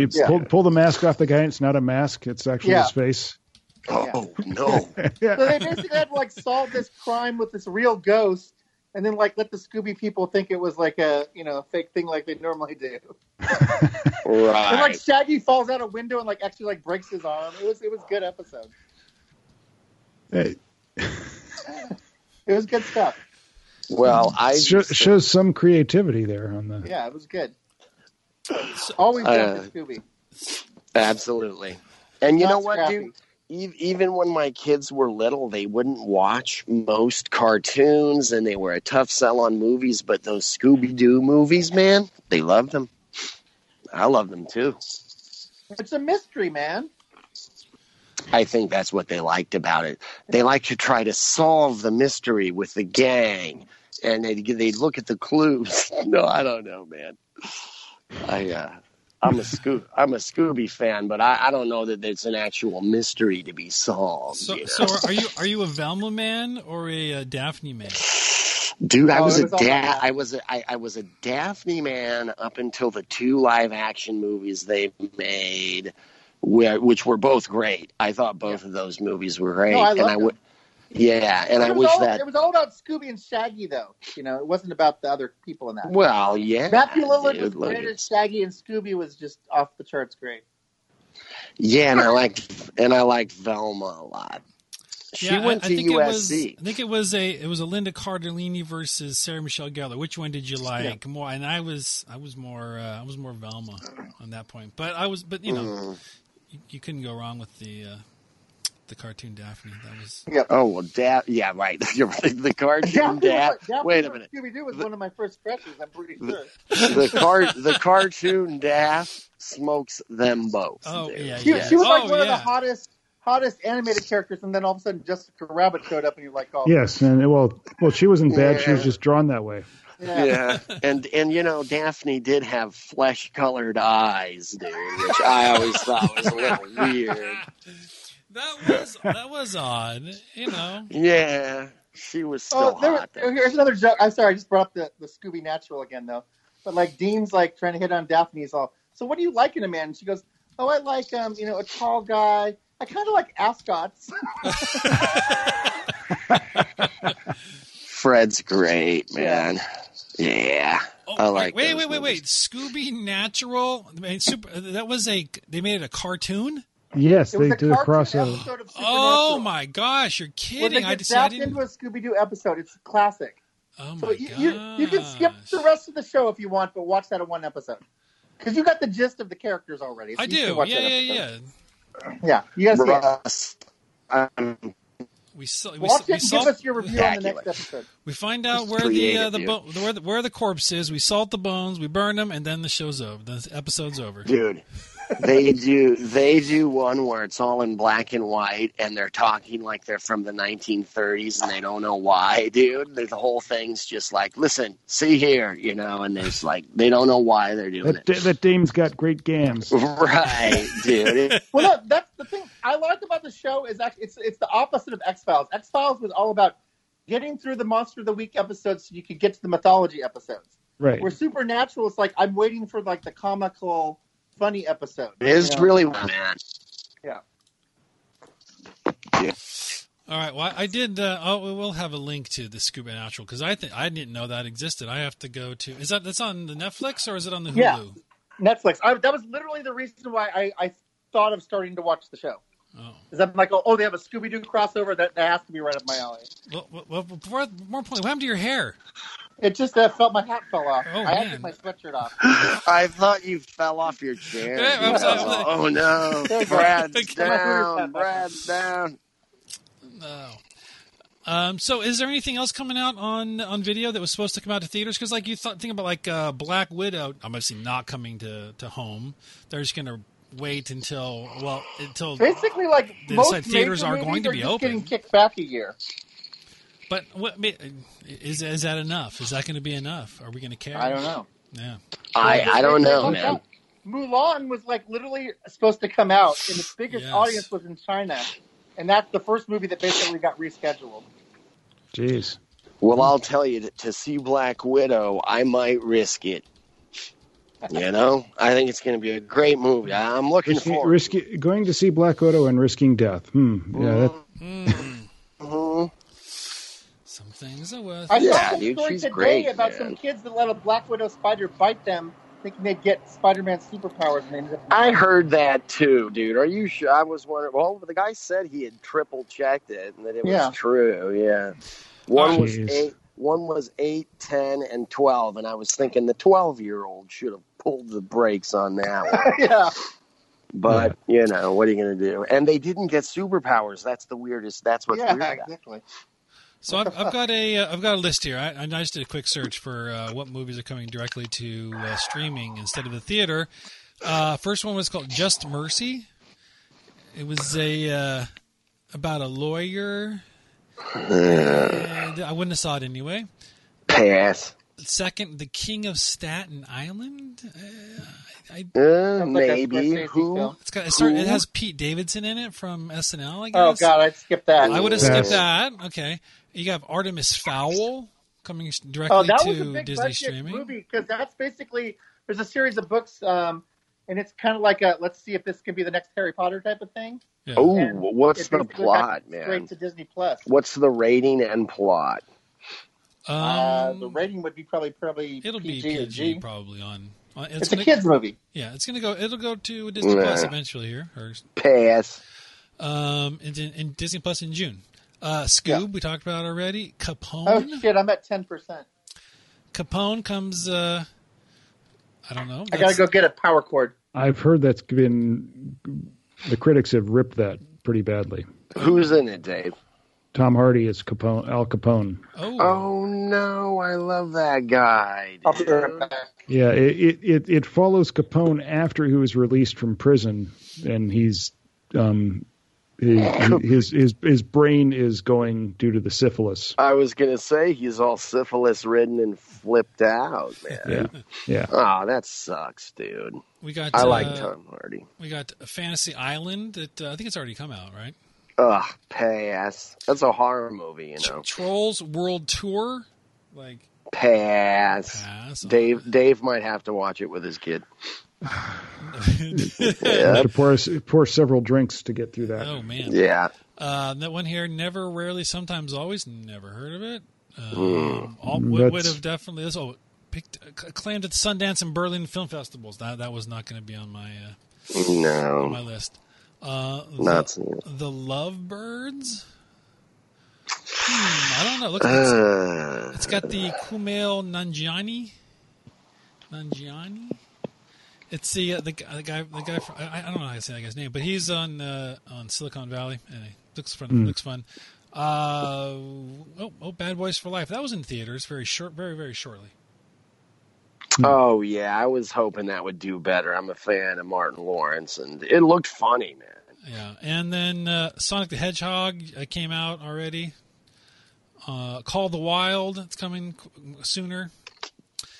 Speaker 3: episodes.
Speaker 2: Yeah.
Speaker 4: pull, pull the mask off the guy. It's not a mask. It's actually
Speaker 2: Yeah.
Speaker 4: his face.
Speaker 3: Oh, no.
Speaker 2: So they basically had to like solve this crime with this real ghost, and then like let the Scooby people think it was like a you know fake thing like they normally do. And like
Speaker 3: right.
Speaker 2: Shaggy falls out a window and like actually like breaks his arm. It was it was good episode.
Speaker 4: Hey,
Speaker 2: It was good stuff.
Speaker 3: Well, I
Speaker 4: sho-
Speaker 3: just,
Speaker 4: shows some creativity there on the.
Speaker 2: Yeah, it was good. Always down for Scooby.
Speaker 3: absolutely. And uh, you
Speaker 2: Not
Speaker 3: know what,
Speaker 2: scrappy.
Speaker 3: dude? E- Even when my kids were little, they wouldn't watch most cartoons and they were a tough sell on movies, but those Scooby Doo movies, man, they loved them. I love them too.
Speaker 2: It's a mystery, man.
Speaker 3: I think that's what they liked about it. They like to try to solve the mystery with the gang, and they they look at the clues. No, I don't know, man. I uh, I'm a Scoo- I'm a Scooby fan, but I, I don't know that it's an actual mystery to be solved.
Speaker 1: So,
Speaker 3: you know?
Speaker 1: so are- are you are you a Velma man or a, uh Daphne man?
Speaker 3: Dude, I
Speaker 2: Oh,
Speaker 3: was
Speaker 2: it
Speaker 3: a
Speaker 2: was all
Speaker 3: da-
Speaker 2: about-
Speaker 3: I was a I, I was a Daphne man up until the two live action movies they made, where, which were both great. I thought both of those movies were great,
Speaker 2: No, I
Speaker 3: and
Speaker 2: love
Speaker 3: I would. Yeah, and I
Speaker 2: it was
Speaker 3: wish
Speaker 2: all,
Speaker 3: that
Speaker 2: it was all about Scooby and Shaggy, though. You know, it wasn't about the other people in that.
Speaker 3: Well, yeah.
Speaker 2: Matthew Lillard
Speaker 3: dude,
Speaker 2: was
Speaker 3: look
Speaker 2: great
Speaker 3: at-
Speaker 2: as Shaggy, and Scooby was just off the charts great.
Speaker 3: Yeah, and I liked and I liked Velma a lot. She
Speaker 1: Yeah, I-
Speaker 3: went
Speaker 1: I,
Speaker 3: to
Speaker 1: think
Speaker 3: USC.
Speaker 1: It was, I think it was a it was a Linda Cardellini versus Sarah Michelle Gellar. Which one did you like more? And I was I was more uh, I was more Velma on that point. But I was but you know
Speaker 3: Mm-hmm.
Speaker 1: you, you couldn't go wrong with the uh, the cartoon Daphne. That was
Speaker 3: Oh well, Dap. Yeah, right. You're right. The cartoon
Speaker 2: Daphne
Speaker 3: Dap.
Speaker 2: was- Daphne
Speaker 3: Wait a
Speaker 2: from
Speaker 3: minute.
Speaker 2: Scooby Doo was one of my first crushes. I'm pretty sure.
Speaker 3: The car. The cartoon Dap smokes them both.
Speaker 1: oh
Speaker 3: dude.
Speaker 1: yeah,
Speaker 2: She,
Speaker 1: yeah.
Speaker 2: she was like
Speaker 1: oh,
Speaker 2: one of the
Speaker 1: yeah.
Speaker 2: hottest hottest animated characters, and then all of a sudden Jessica Rabbit showed up, and you're like, oh,
Speaker 4: Yes, and well, well, she wasn't bad. She was
Speaker 3: Yeah.
Speaker 4: just drawn that way.
Speaker 2: yeah.
Speaker 3: Yeah, and and you know Daphne did have flesh colored eyes, dude, which I always thought was a little weird.
Speaker 1: That was that was odd. You know,
Speaker 3: Yeah, she was still
Speaker 2: Oh, there was,
Speaker 3: hot. though.
Speaker 2: here's another joke. I'm sorry, I just brought up the, the Scooby Natural again, though. But like Dean's like trying to hit on Daphne. He's all, so what do you like in a man? And she goes, oh, I like um, you know, a tall guy. I kind of like ascots.
Speaker 3: Fred's great, man. Yeah.
Speaker 1: oh,
Speaker 3: I like
Speaker 1: wait,
Speaker 3: those
Speaker 1: wait, wait, wait.
Speaker 3: movies.
Speaker 1: Scooby Natural. I mean, super, that was a they made it a cartoon.
Speaker 4: Yes,
Speaker 2: It was
Speaker 4: they
Speaker 2: a
Speaker 4: did a
Speaker 2: cartoon
Speaker 4: crossover.
Speaker 2: episode of Supernatural.
Speaker 1: Oh my gosh, you're
Speaker 2: Where they
Speaker 1: kidding! I
Speaker 2: get
Speaker 1: just I
Speaker 2: zapped
Speaker 1: didn't.
Speaker 2: into a Scooby Doo episode. It's classic.
Speaker 1: Oh my
Speaker 2: So you,
Speaker 1: gosh.
Speaker 2: you, you can skip the rest of the show if you want, but watch that in one episode. Because you got the gist of the characters already. so
Speaker 1: I
Speaker 2: you can
Speaker 1: do.
Speaker 2: watch
Speaker 1: Yeah,
Speaker 2: that
Speaker 1: yeah,
Speaker 2: episode.
Speaker 1: yeah.
Speaker 2: Yeah, you guys yeah.
Speaker 3: Russ, I'm
Speaker 1: We saw. We,
Speaker 2: watch
Speaker 1: saw-
Speaker 2: it
Speaker 1: we
Speaker 2: and give
Speaker 1: saw.
Speaker 2: us your review on the next episode.
Speaker 1: We find out
Speaker 3: It's
Speaker 1: where the uh,
Speaker 3: creative,
Speaker 1: the
Speaker 3: dude.
Speaker 1: bo- where the where the corpse is. We salt the bones. We burn them, and then the show's over. The episode's over.
Speaker 3: dude they do they do one where it's all in black and white and they're talking like they're from the 1930s and they don't know why dude the the whole thing's just like listen see here you know and it's like they don't know why they're doing
Speaker 4: That,
Speaker 3: it
Speaker 4: that dame's got great gams.
Speaker 3: right dude It-
Speaker 2: Well, no, that's the thing I like about the show is actually it's it's the opposite of X Files. X Files was all about getting through the Monster of the Week episodes so you could get to the mythology episodes.
Speaker 4: Right.
Speaker 2: Where Supernatural is like I'm waiting for like the comical, funny episode.
Speaker 3: it is
Speaker 2: you know?
Speaker 3: really man
Speaker 2: yeah.
Speaker 1: All right. Well, I did. Uh, oh, we will have a link to the Scuba Natural because I think I didn't know that existed. I have to go to. Is that that's on the Netflix or is it on the Hulu?
Speaker 2: Yeah. Netflix. I, that was literally the reason why I, I thought of starting to watch the show.
Speaker 1: Oh.
Speaker 2: Is I'm like, oh, they have a Scooby Doo crossover that, that has to be right up my alley.
Speaker 1: Well, well, well before, more point. What happened to your hair?
Speaker 2: It just uh, felt my hat fell off.
Speaker 1: Oh,
Speaker 2: I had
Speaker 1: man.
Speaker 2: to take my sweatshirt off.
Speaker 3: i thought you fell off your chair
Speaker 1: Yeah, I'm sorry, I'm like-
Speaker 3: oh no brad's
Speaker 1: Come
Speaker 2: on, where's
Speaker 3: down
Speaker 2: that?
Speaker 3: brad's down
Speaker 1: No. Um, so, is there anything else coming out on on video that was supposed to come out to theaters? Because, like, you thought, think about like uh, Black Widow. I'm obviously not coming to to home. They're just going to wait until well until.
Speaker 2: Basically, like
Speaker 1: They
Speaker 2: most
Speaker 1: said theaters
Speaker 2: major
Speaker 1: are
Speaker 2: movies
Speaker 1: going to be
Speaker 2: just
Speaker 1: open.
Speaker 2: Getting kicked back a year.
Speaker 1: But what I mean, is is that enough? Is that going to be enough? Are we going to care?
Speaker 2: I don't know.
Speaker 1: Yeah.
Speaker 3: i i don't know
Speaker 2: Like, oh,
Speaker 3: man
Speaker 2: Mulan was like literally supposed to come out, and its biggest
Speaker 1: Yes.
Speaker 2: audience was in China, and that's the first movie that basically got rescheduled.
Speaker 4: Jeez.
Speaker 3: Well, I'll tell you to, to see Black Widow, I might risk it. You know, I think it's going to be a great movie. I'm looking
Speaker 4: Risky,
Speaker 3: forward.
Speaker 4: risky, going to see Black Widow and risking death. Hmm. Yeah. That,
Speaker 3: Mhm.
Speaker 1: Some things are worth.
Speaker 2: I
Speaker 3: Yeah,
Speaker 2: saw some
Speaker 3: dude,
Speaker 2: story
Speaker 3: she's
Speaker 2: today
Speaker 3: great,
Speaker 2: about
Speaker 3: man.
Speaker 2: some kids that let a Black Widow spider bite them, thinking they'd get Spider Man's superpowers. And they ended up-
Speaker 3: I heard that too, dude. Are you sure? I was wondering. Well, the guy said he had triple checked it and that it was
Speaker 2: Yeah.
Speaker 3: true. Yeah. One
Speaker 1: Oh,
Speaker 3: was
Speaker 4: jeez.
Speaker 3: eight. One was eight, ten, and twelve, and I was thinking the twelve-year-old should have pulled the brakes on that one.
Speaker 2: yeah,
Speaker 3: But you know, what are you going to do? And they didn't get superpowers. That's the weirdest. That's what's
Speaker 2: yeah,
Speaker 3: weird. About. it.
Speaker 2: exactly.
Speaker 1: So I've, I've got a uh, I've got a list here. I, I just did a quick search for uh, what movies are coming directly to uh, streaming instead of the theater. Uh, first one was called Just Mercy. It was a uh, about a lawyer. And I wouldn't have saw it anyway.
Speaker 3: Pass.
Speaker 1: Second, The King of Staten Island. Uh, I,
Speaker 3: Uh,
Speaker 2: Sounds like a
Speaker 3: maybe
Speaker 2: Scorsese
Speaker 3: who?
Speaker 2: film.
Speaker 1: it's got, it, start, it has Pete Davidson in it from SNL. I
Speaker 2: Oh
Speaker 1: guess.
Speaker 2: God, I'd skip that.
Speaker 1: I would have
Speaker 4: Yes.
Speaker 1: skipped that. Okay, you have Artemis Fowl coming s- directly
Speaker 2: Oh, that was a
Speaker 1: to
Speaker 2: big
Speaker 1: Disney
Speaker 2: budget
Speaker 1: streaming.
Speaker 2: movie because that's basically there's a series of books, um, and it's kind of like a let's see if this can be the next Harry Potter type of thing.
Speaker 1: Yeah.
Speaker 3: Oh,
Speaker 2: And
Speaker 3: what's
Speaker 2: It
Speaker 3: the
Speaker 2: basically got
Speaker 3: plot,
Speaker 2: Straight
Speaker 3: man?
Speaker 2: to Disney Plus.
Speaker 3: What's the rating and plot?
Speaker 1: Um,
Speaker 2: uh, the rating would be probably probably
Speaker 1: it'll
Speaker 2: PG,
Speaker 1: be
Speaker 2: or
Speaker 1: PG
Speaker 2: G.
Speaker 1: probably on. on- It's,
Speaker 2: It's a
Speaker 1: gonna,
Speaker 2: kids movie.
Speaker 1: Yeah, it's gonna go. It'll go to Disney
Speaker 3: Nah.
Speaker 1: Plus eventually here, or
Speaker 3: Pass.
Speaker 1: um, in, in Disney Plus in June. Uh, Scoob,
Speaker 2: Yeah.
Speaker 1: we talked about already. Capone.
Speaker 2: Oh shit, I'm at ten percent.
Speaker 1: Capone comes. Uh, I don't know.
Speaker 2: I gotta go get a power cord.
Speaker 4: I've heard that's been the critics have ripped that pretty badly.
Speaker 3: Who's in it, Dave?
Speaker 4: Tom Hardy is Capone, Al Capone.
Speaker 1: Oh,
Speaker 3: Oh no, I love that guy.
Speaker 2: I'll be
Speaker 3: dude.
Speaker 2: right back.
Speaker 4: Yeah, it, it, it, it follows Capone after he was released from prison, and he's um, he- his his his brain is going due to the syphilis.
Speaker 3: I was gonna say he's all syphilis ridden and flipped out, man.
Speaker 4: Yeah, yeah.
Speaker 3: Oh, that sucks, dude.
Speaker 1: we got.
Speaker 3: I
Speaker 1: uh,
Speaker 3: like Tom Hardy.
Speaker 1: We got Fantasy Island. That uh, I think it's already come out, right?
Speaker 3: Ugh, pass. That's a horror movie, you know.
Speaker 1: Trolls World Tour. Like
Speaker 3: Pass.
Speaker 1: pass. on
Speaker 3: Dave Dave might have to watch it with his kid.
Speaker 4: I
Speaker 3: Yeah.
Speaker 4: had to pour us- pour several drinks to get through that.
Speaker 1: Oh man.
Speaker 3: Yeah.
Speaker 1: Uh, that one here, never, rarely, sometimes, always. Never heard of it. Um, all, would, would
Speaker 4: That's-
Speaker 1: have definitely. This oh, picked acclaimed at the Sundance and Berlin film festivals. That that was not going to be on my uh, my
Speaker 3: No.
Speaker 1: list. Uh,
Speaker 3: Not
Speaker 1: the, the Lovebirds. Hmm, I don't know. Look, it's,
Speaker 3: Uh,
Speaker 1: it's got the Kumail Nanjiani. Nanjiani. It's the uh, the, gu- the guy the guy from, I, I don't know how to say that guy's name, but he's on uh, on Silicon Valley and it looks fun. Looks fun. Uh, oh, oh, Bad Boys for Life. That was in theaters very short, very very shortly.
Speaker 3: oh yeah, I was hoping that would do better. I'm a fan of Martin Lawrence, and it looked funny, man.
Speaker 1: Yeah, and then uh, Sonic the Hedgehog uh, came out already. Uh, Call the Wild, it's coming qu- sooner.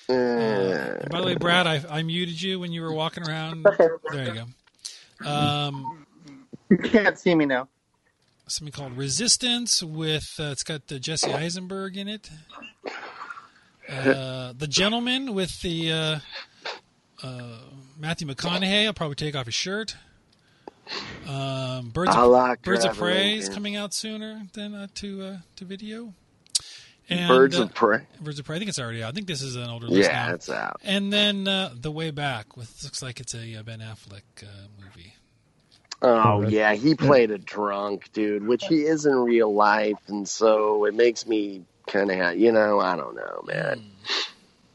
Speaker 3: Uh,
Speaker 1: And by the way, Brad, I, I muted you when you were walking around.
Speaker 2: Okay.
Speaker 1: There you go. Um,
Speaker 2: You can't see me now.
Speaker 1: something called Resistance with uh, it's got the Jesse Eisenberg in it. Uh, the Gentleman with the uh, uh, Matthew McConaughey. I'll probably take off his shirt. Um, Birds
Speaker 3: I
Speaker 1: of
Speaker 3: like
Speaker 1: Birds of
Speaker 3: Trevor
Speaker 1: Prey is
Speaker 3: Lincoln.
Speaker 1: coming out sooner than uh, to uh, to video. And,
Speaker 3: Birds
Speaker 1: uh,
Speaker 3: of Prey.
Speaker 1: Birds of Prey. I think it's already out. I think this is an older list
Speaker 3: Yeah,
Speaker 1: now.
Speaker 3: it's out.
Speaker 1: And then uh, The Way Back, with looks like it's a uh, Ben Affleck uh, movie.
Speaker 3: Oh
Speaker 4: Alright.
Speaker 3: yeah, he played a drunk dude, which he is in real life, and so it makes me kind of, you know, I don't know, man.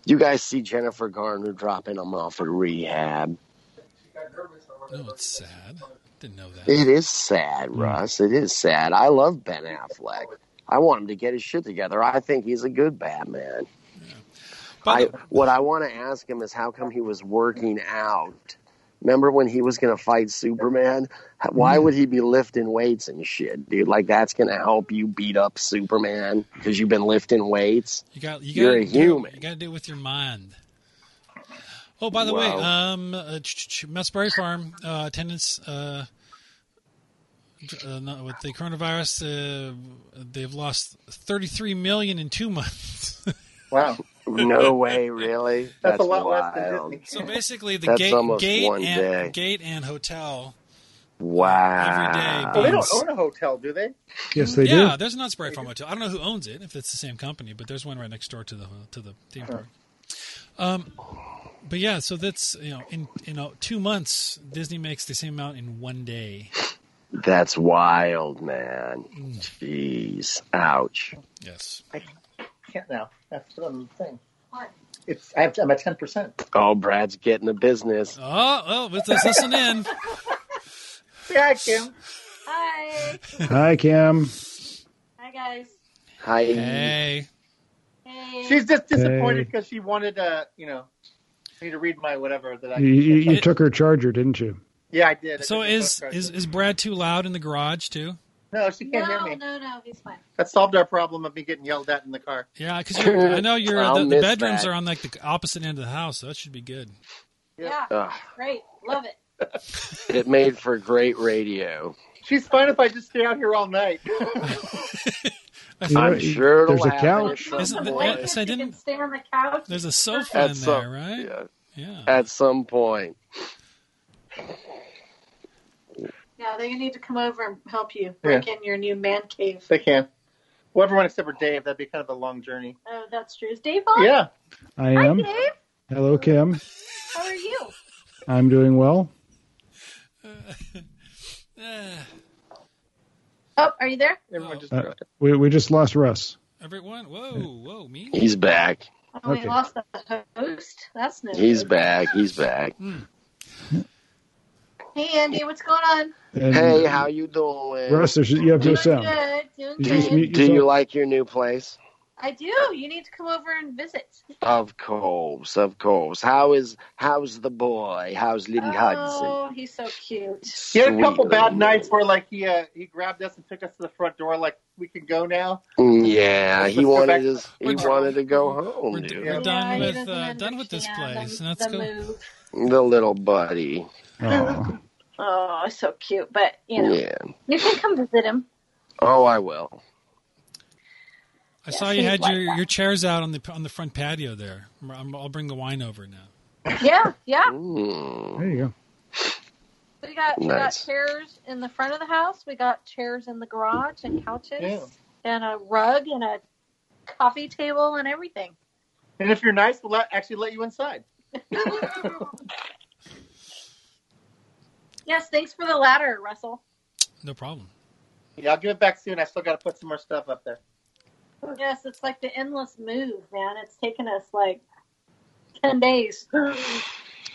Speaker 3: You guys see Jennifer Garner dropping him off at rehab?
Speaker 1: No, Oh, it's sad. Didn't know that.
Speaker 3: It is sad, Russ. It is sad. I love Ben Affleck. I want him to get his shit together. I think he's a good Batman.
Speaker 1: By
Speaker 3: I
Speaker 1: the-
Speaker 3: what I want to ask him is how come he was working out. Remember when he was going to fight Superman? H- Why would he be lifting weights and shit, dude? Like that's going to help you beat up Superman because you've been lifting weights.
Speaker 1: you got you
Speaker 3: You're
Speaker 1: got
Speaker 3: a human.
Speaker 1: You got to do it with your mind. Oh, by the way,
Speaker 3: Wow.
Speaker 1: um, uh, ch- ch- Mountberry Farm uh, attendance. Uh, uh, not with the coronavirus, uh, they've lost 33 million in two months.
Speaker 2: Wow.
Speaker 3: No way, really.
Speaker 2: That's, a lot less than
Speaker 3: wild.
Speaker 2: Disney.
Speaker 1: so basically, the
Speaker 3: That's
Speaker 1: gate,
Speaker 3: almost
Speaker 1: gate,
Speaker 3: one
Speaker 1: and
Speaker 3: day.
Speaker 1: gate and hotel.
Speaker 3: Wow.
Speaker 1: Every day,
Speaker 2: Well, they don't own a hotel, do they?
Speaker 4: Yes, they
Speaker 1: yeah,
Speaker 4: do.
Speaker 1: there's an Unsprayed Farm Hotel. I don't know who owns it, if it's the same company, but there's one right next door to the to the theme park. Um, but yeah, so that's you know in you know two months Disney makes the same amount in one day.
Speaker 3: That's wild, man. Jeez. Ouch.
Speaker 1: Yes.
Speaker 2: Can't now. That's the thing. It's I have, I'm at ten percent.
Speaker 3: Oh, Brad's getting the business.
Speaker 1: Oh, oh, let's, let's listen in.
Speaker 2: Yeah, Kim.
Speaker 5: Hi.
Speaker 4: Hi, Cam.
Speaker 5: Hi, guys.
Speaker 3: Hi.
Speaker 1: Hey,
Speaker 5: Hey.
Speaker 2: She's just disappointed
Speaker 4: Hey.
Speaker 2: because she wanted uh, you know, I need to read my whatever that I.
Speaker 4: You, you, you
Speaker 1: It-
Speaker 4: took her charger, didn't you?
Speaker 2: yeah, I did. I
Speaker 1: so
Speaker 2: did
Speaker 1: is
Speaker 2: postcard.
Speaker 1: is is Brad too loud in the garage too?
Speaker 2: no, she can't
Speaker 5: no,
Speaker 2: hear me.
Speaker 5: no, no. He's fine.
Speaker 2: That solved our problem of me getting yelled at in the car.
Speaker 1: Yeah, because I know you're
Speaker 3: I'll
Speaker 1: the, the
Speaker 3: miss
Speaker 1: bedrooms
Speaker 3: that.
Speaker 1: are on like the opposite end of the house, so that should be good.
Speaker 2: Yeah. Uh,
Speaker 5: Yeah.
Speaker 3: Ugh,
Speaker 5: Great. Love it.
Speaker 3: it made for great radio.
Speaker 2: She's fine if I just stay out here all night.
Speaker 4: You
Speaker 3: I'm
Speaker 4: know,
Speaker 3: sure it'll
Speaker 4: thereys a
Speaker 3: happen at
Speaker 4: couch.
Speaker 3: some
Speaker 5: Lots of
Speaker 1: Isn't the-
Speaker 3: point.
Speaker 5: blankets,
Speaker 1: so I
Speaker 5: you
Speaker 1: didn't-
Speaker 5: can stay on the couch.
Speaker 1: There's a sofa
Speaker 3: At
Speaker 1: in
Speaker 3: some-
Speaker 1: there, right?
Speaker 3: yeah,
Speaker 1: Yeah.
Speaker 3: at some point.
Speaker 5: Yeah, they need to come over and help you break in your new man cave.
Speaker 2: they can. Well, everyone except for Dave. That'd be kind of a long journey.
Speaker 5: Oh, that's true. Is Dave on?
Speaker 2: Yeah.
Speaker 4: I
Speaker 5: Hi,
Speaker 4: am.
Speaker 5: Dave.
Speaker 4: Hello, Kim.
Speaker 5: How are you?
Speaker 4: I'm doing well.
Speaker 1: Eh,
Speaker 5: Oh, are you there?
Speaker 2: Everyone just.
Speaker 4: Uh, we we just lost Russ.
Speaker 1: everyone, whoa, whoa, me.
Speaker 3: He's back.
Speaker 5: Oh,
Speaker 4: Okay.
Speaker 5: we lost the host. That's new.
Speaker 3: He's back. He's back.
Speaker 5: Hey, Andy. What's going on?
Speaker 4: And
Speaker 3: Hey, how you doing?
Speaker 4: Russ, there's, you have no
Speaker 5: Doing
Speaker 4: sound.
Speaker 5: good. Doing
Speaker 4: uh, Did you just
Speaker 5: good.
Speaker 4: mute
Speaker 3: Do you
Speaker 4: yourself?
Speaker 3: like your new place?
Speaker 5: I do. You need to come over and visit.
Speaker 3: Of course, of course. How is how's the boy? How's little Hudson?
Speaker 5: Oh, he's so cute.
Speaker 2: He had a couple
Speaker 3: Sweet
Speaker 2: bad
Speaker 3: little
Speaker 2: nights where, like, he uh, he grabbed us and took us to the front door, like, we can go now.
Speaker 3: man. Mm, Yeah,
Speaker 2: Let's
Speaker 3: he
Speaker 2: go back-
Speaker 3: wanted his he
Speaker 1: we're-
Speaker 3: wanted to go home,
Speaker 1: we're-
Speaker 3: dude.
Speaker 1: We're
Speaker 2: Yeah.
Speaker 1: done
Speaker 5: he
Speaker 1: with
Speaker 5: doesn't
Speaker 1: uh, done with this
Speaker 5: understand
Speaker 1: place.
Speaker 5: the-
Speaker 1: and That's
Speaker 5: the
Speaker 1: good.
Speaker 5: move.
Speaker 3: The little buddy.
Speaker 4: Oh,
Speaker 5: Oh, so cute. But you know,
Speaker 3: Yeah.
Speaker 5: you can come visit him.
Speaker 3: Oh, I will.
Speaker 1: I saw
Speaker 5: Yes,
Speaker 1: you
Speaker 5: he'd
Speaker 1: had
Speaker 5: like
Speaker 1: your,
Speaker 5: that.
Speaker 1: your chairs out on the on the front patio there. I'm, I'll bring the wine over now.
Speaker 5: Yeah, yeah.
Speaker 3: Mm.
Speaker 4: there you go.
Speaker 5: We got we got
Speaker 3: Nice.
Speaker 5: chairs in the front of the house. We got chairs in the garage and couches
Speaker 2: Yeah.
Speaker 5: and a rug and a coffee table and everything.
Speaker 2: And if you're nice, we'll let, actually let you inside.
Speaker 5: Yes, thanks for the ladder, Russell.
Speaker 1: No problem.
Speaker 2: Yeah, I'll give it back soon. I still got to put some more stuff up there.
Speaker 5: Yes, it's like the endless move, man. It's taken us like ten days.
Speaker 4: Oh,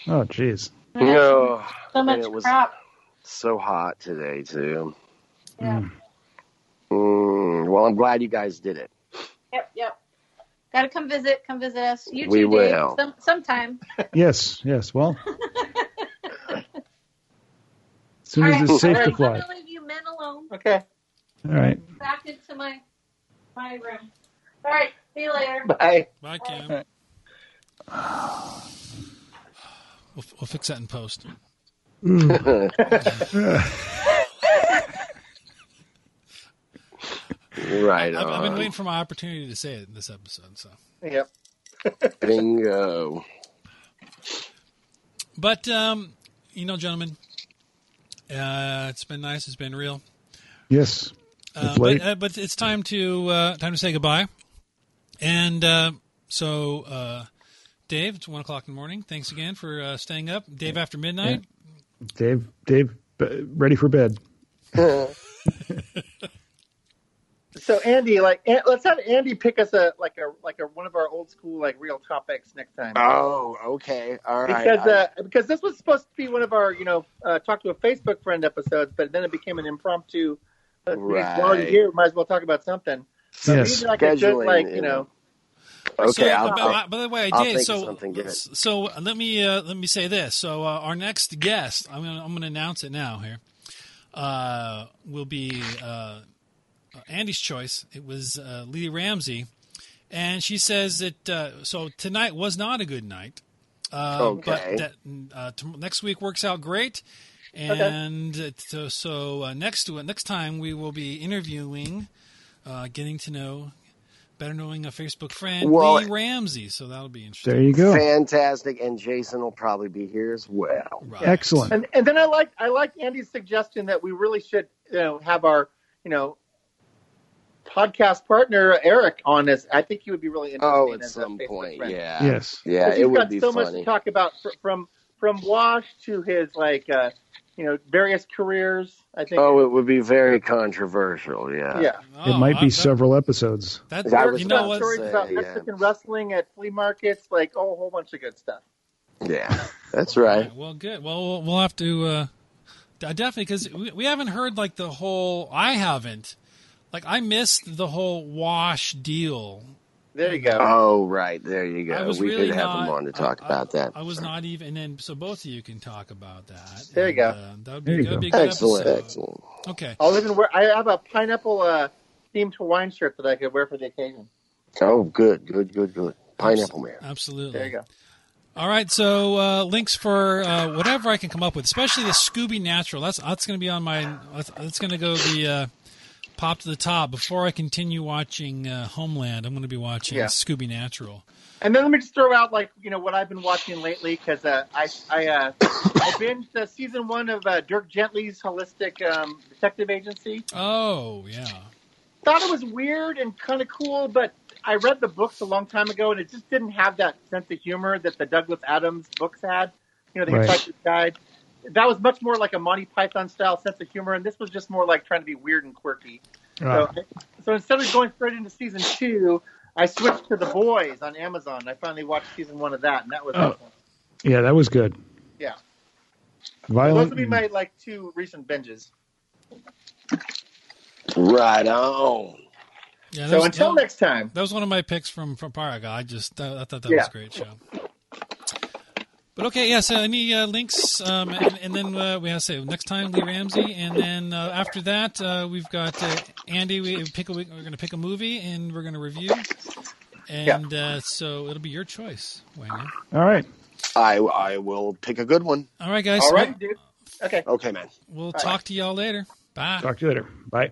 Speaker 4: jeez.
Speaker 3: No,
Speaker 5: So much
Speaker 3: and it was
Speaker 5: crap.
Speaker 3: so hot today too.
Speaker 5: Yeah.
Speaker 3: Mm, well, I'm glad you guys did it.
Speaker 5: Yep. Yep. Gotta come visit. Come visit us. You
Speaker 3: We
Speaker 5: too, Dave.
Speaker 3: will.
Speaker 5: Some, sometime.
Speaker 4: Yes, yes. Well, as soon as
Speaker 5: All
Speaker 4: it's safe to
Speaker 5: I'm
Speaker 4: fly.
Speaker 5: gonna leave you men alone.
Speaker 2: Okay.
Speaker 4: All right.
Speaker 5: Back into my my room. All right. See you later.
Speaker 2: Bye.
Speaker 1: Bye, Cam.
Speaker 4: Alright.
Speaker 1: We'll, we'll fix that in post.
Speaker 3: Right
Speaker 1: I've, I've been
Speaker 3: on.
Speaker 1: waiting for my opportunity to say it in this episode. So,
Speaker 2: Yep.
Speaker 3: Bingo.
Speaker 1: but um, you know, gentlemen, uh, it's been nice. It's been real.
Speaker 4: Yes.
Speaker 1: Uh,
Speaker 4: It's late.
Speaker 1: but, uh, but it's time to uh, time to say goodbye. And uh, so, uh, Dave, it's one o'clock in the morning. Thanks again for uh, staying up, Dave. After midnight,
Speaker 4: Dave, Dave, b- ready for bed.
Speaker 2: So Andy, like, An- let's have Andy pick us a like a like a one of our old school like real topics next time.
Speaker 3: Oh, okay. All right.
Speaker 2: because
Speaker 3: I-
Speaker 2: uh, because this was supposed to be one of our you know uh, talk to a Facebook friend episodes, but then it became an impromptu. Uh,
Speaker 3: Right.
Speaker 2: We're already here. We might as well talk about something. So we
Speaker 4: Yes.
Speaker 2: need, like a good,
Speaker 3: Scheduling,
Speaker 2: like
Speaker 3: yeah.
Speaker 2: you know.
Speaker 1: So,
Speaker 3: okay.
Speaker 1: but-
Speaker 3: I'll, I'll,
Speaker 1: by the way, I
Speaker 3: I'll
Speaker 1: did.
Speaker 3: think of
Speaker 1: So,
Speaker 3: something good.
Speaker 1: so let me uh, let me say this. So, uh, our next guest, I'm gonna I'm gonna announce it now here, uh, will be uh, Andy's choice. It was uh, Lee Ramsey, and she says that. Uh, so tonight was not a good night,
Speaker 3: okay.
Speaker 1: but that uh, tom next week works out great. And it- so, so uh, next next time we will be interviewing, uh, getting to know, better knowing a Facebook friend,
Speaker 3: Well-
Speaker 1: Lee Ramsey. So that'll be interesting.
Speaker 4: There you go.
Speaker 3: Fantastic. And Jason will probably be here as well.
Speaker 1: Right.
Speaker 4: Excellent.
Speaker 2: And and then I like I like Andy's suggestion that we really should you know have our you know podcast partner Eric on this. I think he would be really interesting.
Speaker 3: Oh, at
Speaker 2: as a
Speaker 3: some
Speaker 2: Facebook
Speaker 3: point.
Speaker 2: friend.
Speaker 3: Yeah.
Speaker 4: Yes.
Speaker 3: Yeah,
Speaker 2: But he's
Speaker 3: it would
Speaker 2: got
Speaker 3: be
Speaker 2: so much
Speaker 3: funny.
Speaker 2: to talk about fr- from from Wash to his like uh, you know various careers. I think.
Speaker 3: oh, it would be very controversial. Yeah.
Speaker 2: yeah.
Speaker 1: Oh,
Speaker 4: it might
Speaker 1: I-
Speaker 4: be
Speaker 1: that-
Speaker 4: several episodes.
Speaker 1: that-
Speaker 3: I was
Speaker 1: you
Speaker 2: Eric's
Speaker 1: know
Speaker 2: got
Speaker 3: about
Speaker 1: what?
Speaker 3: to
Speaker 2: stories
Speaker 3: say,
Speaker 2: about
Speaker 3: yeah.
Speaker 2: Mexican wrestling at flea markets, like oh, a whole bunch of good stuff.
Speaker 3: Yeah. That's
Speaker 1: All
Speaker 3: right.
Speaker 1: right, well, good. Well, we'll, we'll have to uh, d- definitely because we, we haven't heard like the whole. I haven't. Like I missed the whole wash deal.
Speaker 2: There you go.
Speaker 3: Oh, right. There you
Speaker 1: I
Speaker 3: go.
Speaker 1: was
Speaker 3: We
Speaker 1: really
Speaker 3: did have
Speaker 1: not,
Speaker 3: him on to
Speaker 1: I-
Speaker 3: talk
Speaker 1: I-
Speaker 3: about that.
Speaker 1: I was not even, and then so both of you can talk about that.
Speaker 2: There you
Speaker 1: And,
Speaker 2: go.
Speaker 1: Uh, that would be,
Speaker 4: There you
Speaker 1: that'd
Speaker 4: go.
Speaker 1: be a good
Speaker 3: Excellent.
Speaker 1: episode.
Speaker 3: Excellent.
Speaker 1: Okay.
Speaker 2: I'll even wear. I have a pineapple uh, themed Hawaiian shirt that I could wear for the occasion.
Speaker 3: Oh, good. Good. Good. Good. Pineapple man.
Speaker 1: Absolutely.
Speaker 2: There you go.
Speaker 1: All right, so uh, links for uh, whatever I can come up with, especially the Scooby Natural. That's that's going to be on my. That's, that's going to go the uh, pop to the top before I continue watching uh, Homeland. I'm going to be watching
Speaker 2: Yeah.
Speaker 1: Scooby Natural.
Speaker 2: And then let me just throw out like you know what I've been watching lately because uh, I I uh, I binged uh, season one of uh, Dirk Gently's Holistic um, Detective Agency.
Speaker 1: Oh yeah,
Speaker 2: Thought it was weird and kind of cool, but I read the books a long time ago and it just didn't have that sense of humor that the Douglas Adams books had. You know, the
Speaker 4: Right.
Speaker 2: Hitchhiker's Guide. That was much more like a Monty Python style sense of humor, and this was just more like trying to be weird and quirky. So,
Speaker 4: Ah,
Speaker 2: so instead of going straight into season two, I switched to The Boys on Amazon. I finally watched season one of that, and that was
Speaker 4: Oh.
Speaker 2: excellent.
Speaker 4: yeah, that was good.
Speaker 2: yeah. Those
Speaker 4: Violent.
Speaker 2: would be my like two recent binges.
Speaker 3: Right on.
Speaker 1: yeah. that
Speaker 2: So
Speaker 1: was-
Speaker 2: until
Speaker 1: that,
Speaker 2: next time,
Speaker 1: that was one of my picks from from Paragon. I just I, I thought that was
Speaker 2: Yeah.
Speaker 1: a great show. But okay, yeah. So any uh, links, um, and, and then uh, we have to say next time Lee Ramsey, and then uh, after that uh, we've got uh, Andy. We pick a week. We're going to pick a movie, and we're going to review. And uh, so it'll be your choice, Wayne.
Speaker 4: All right.
Speaker 3: I I will pick a good one.
Speaker 1: All right, guys.
Speaker 2: all right, dude. Okay.
Speaker 3: Okay, man.
Speaker 1: We'll, we'll talk to y'all later. Bye.
Speaker 4: Talk to you later. Bye.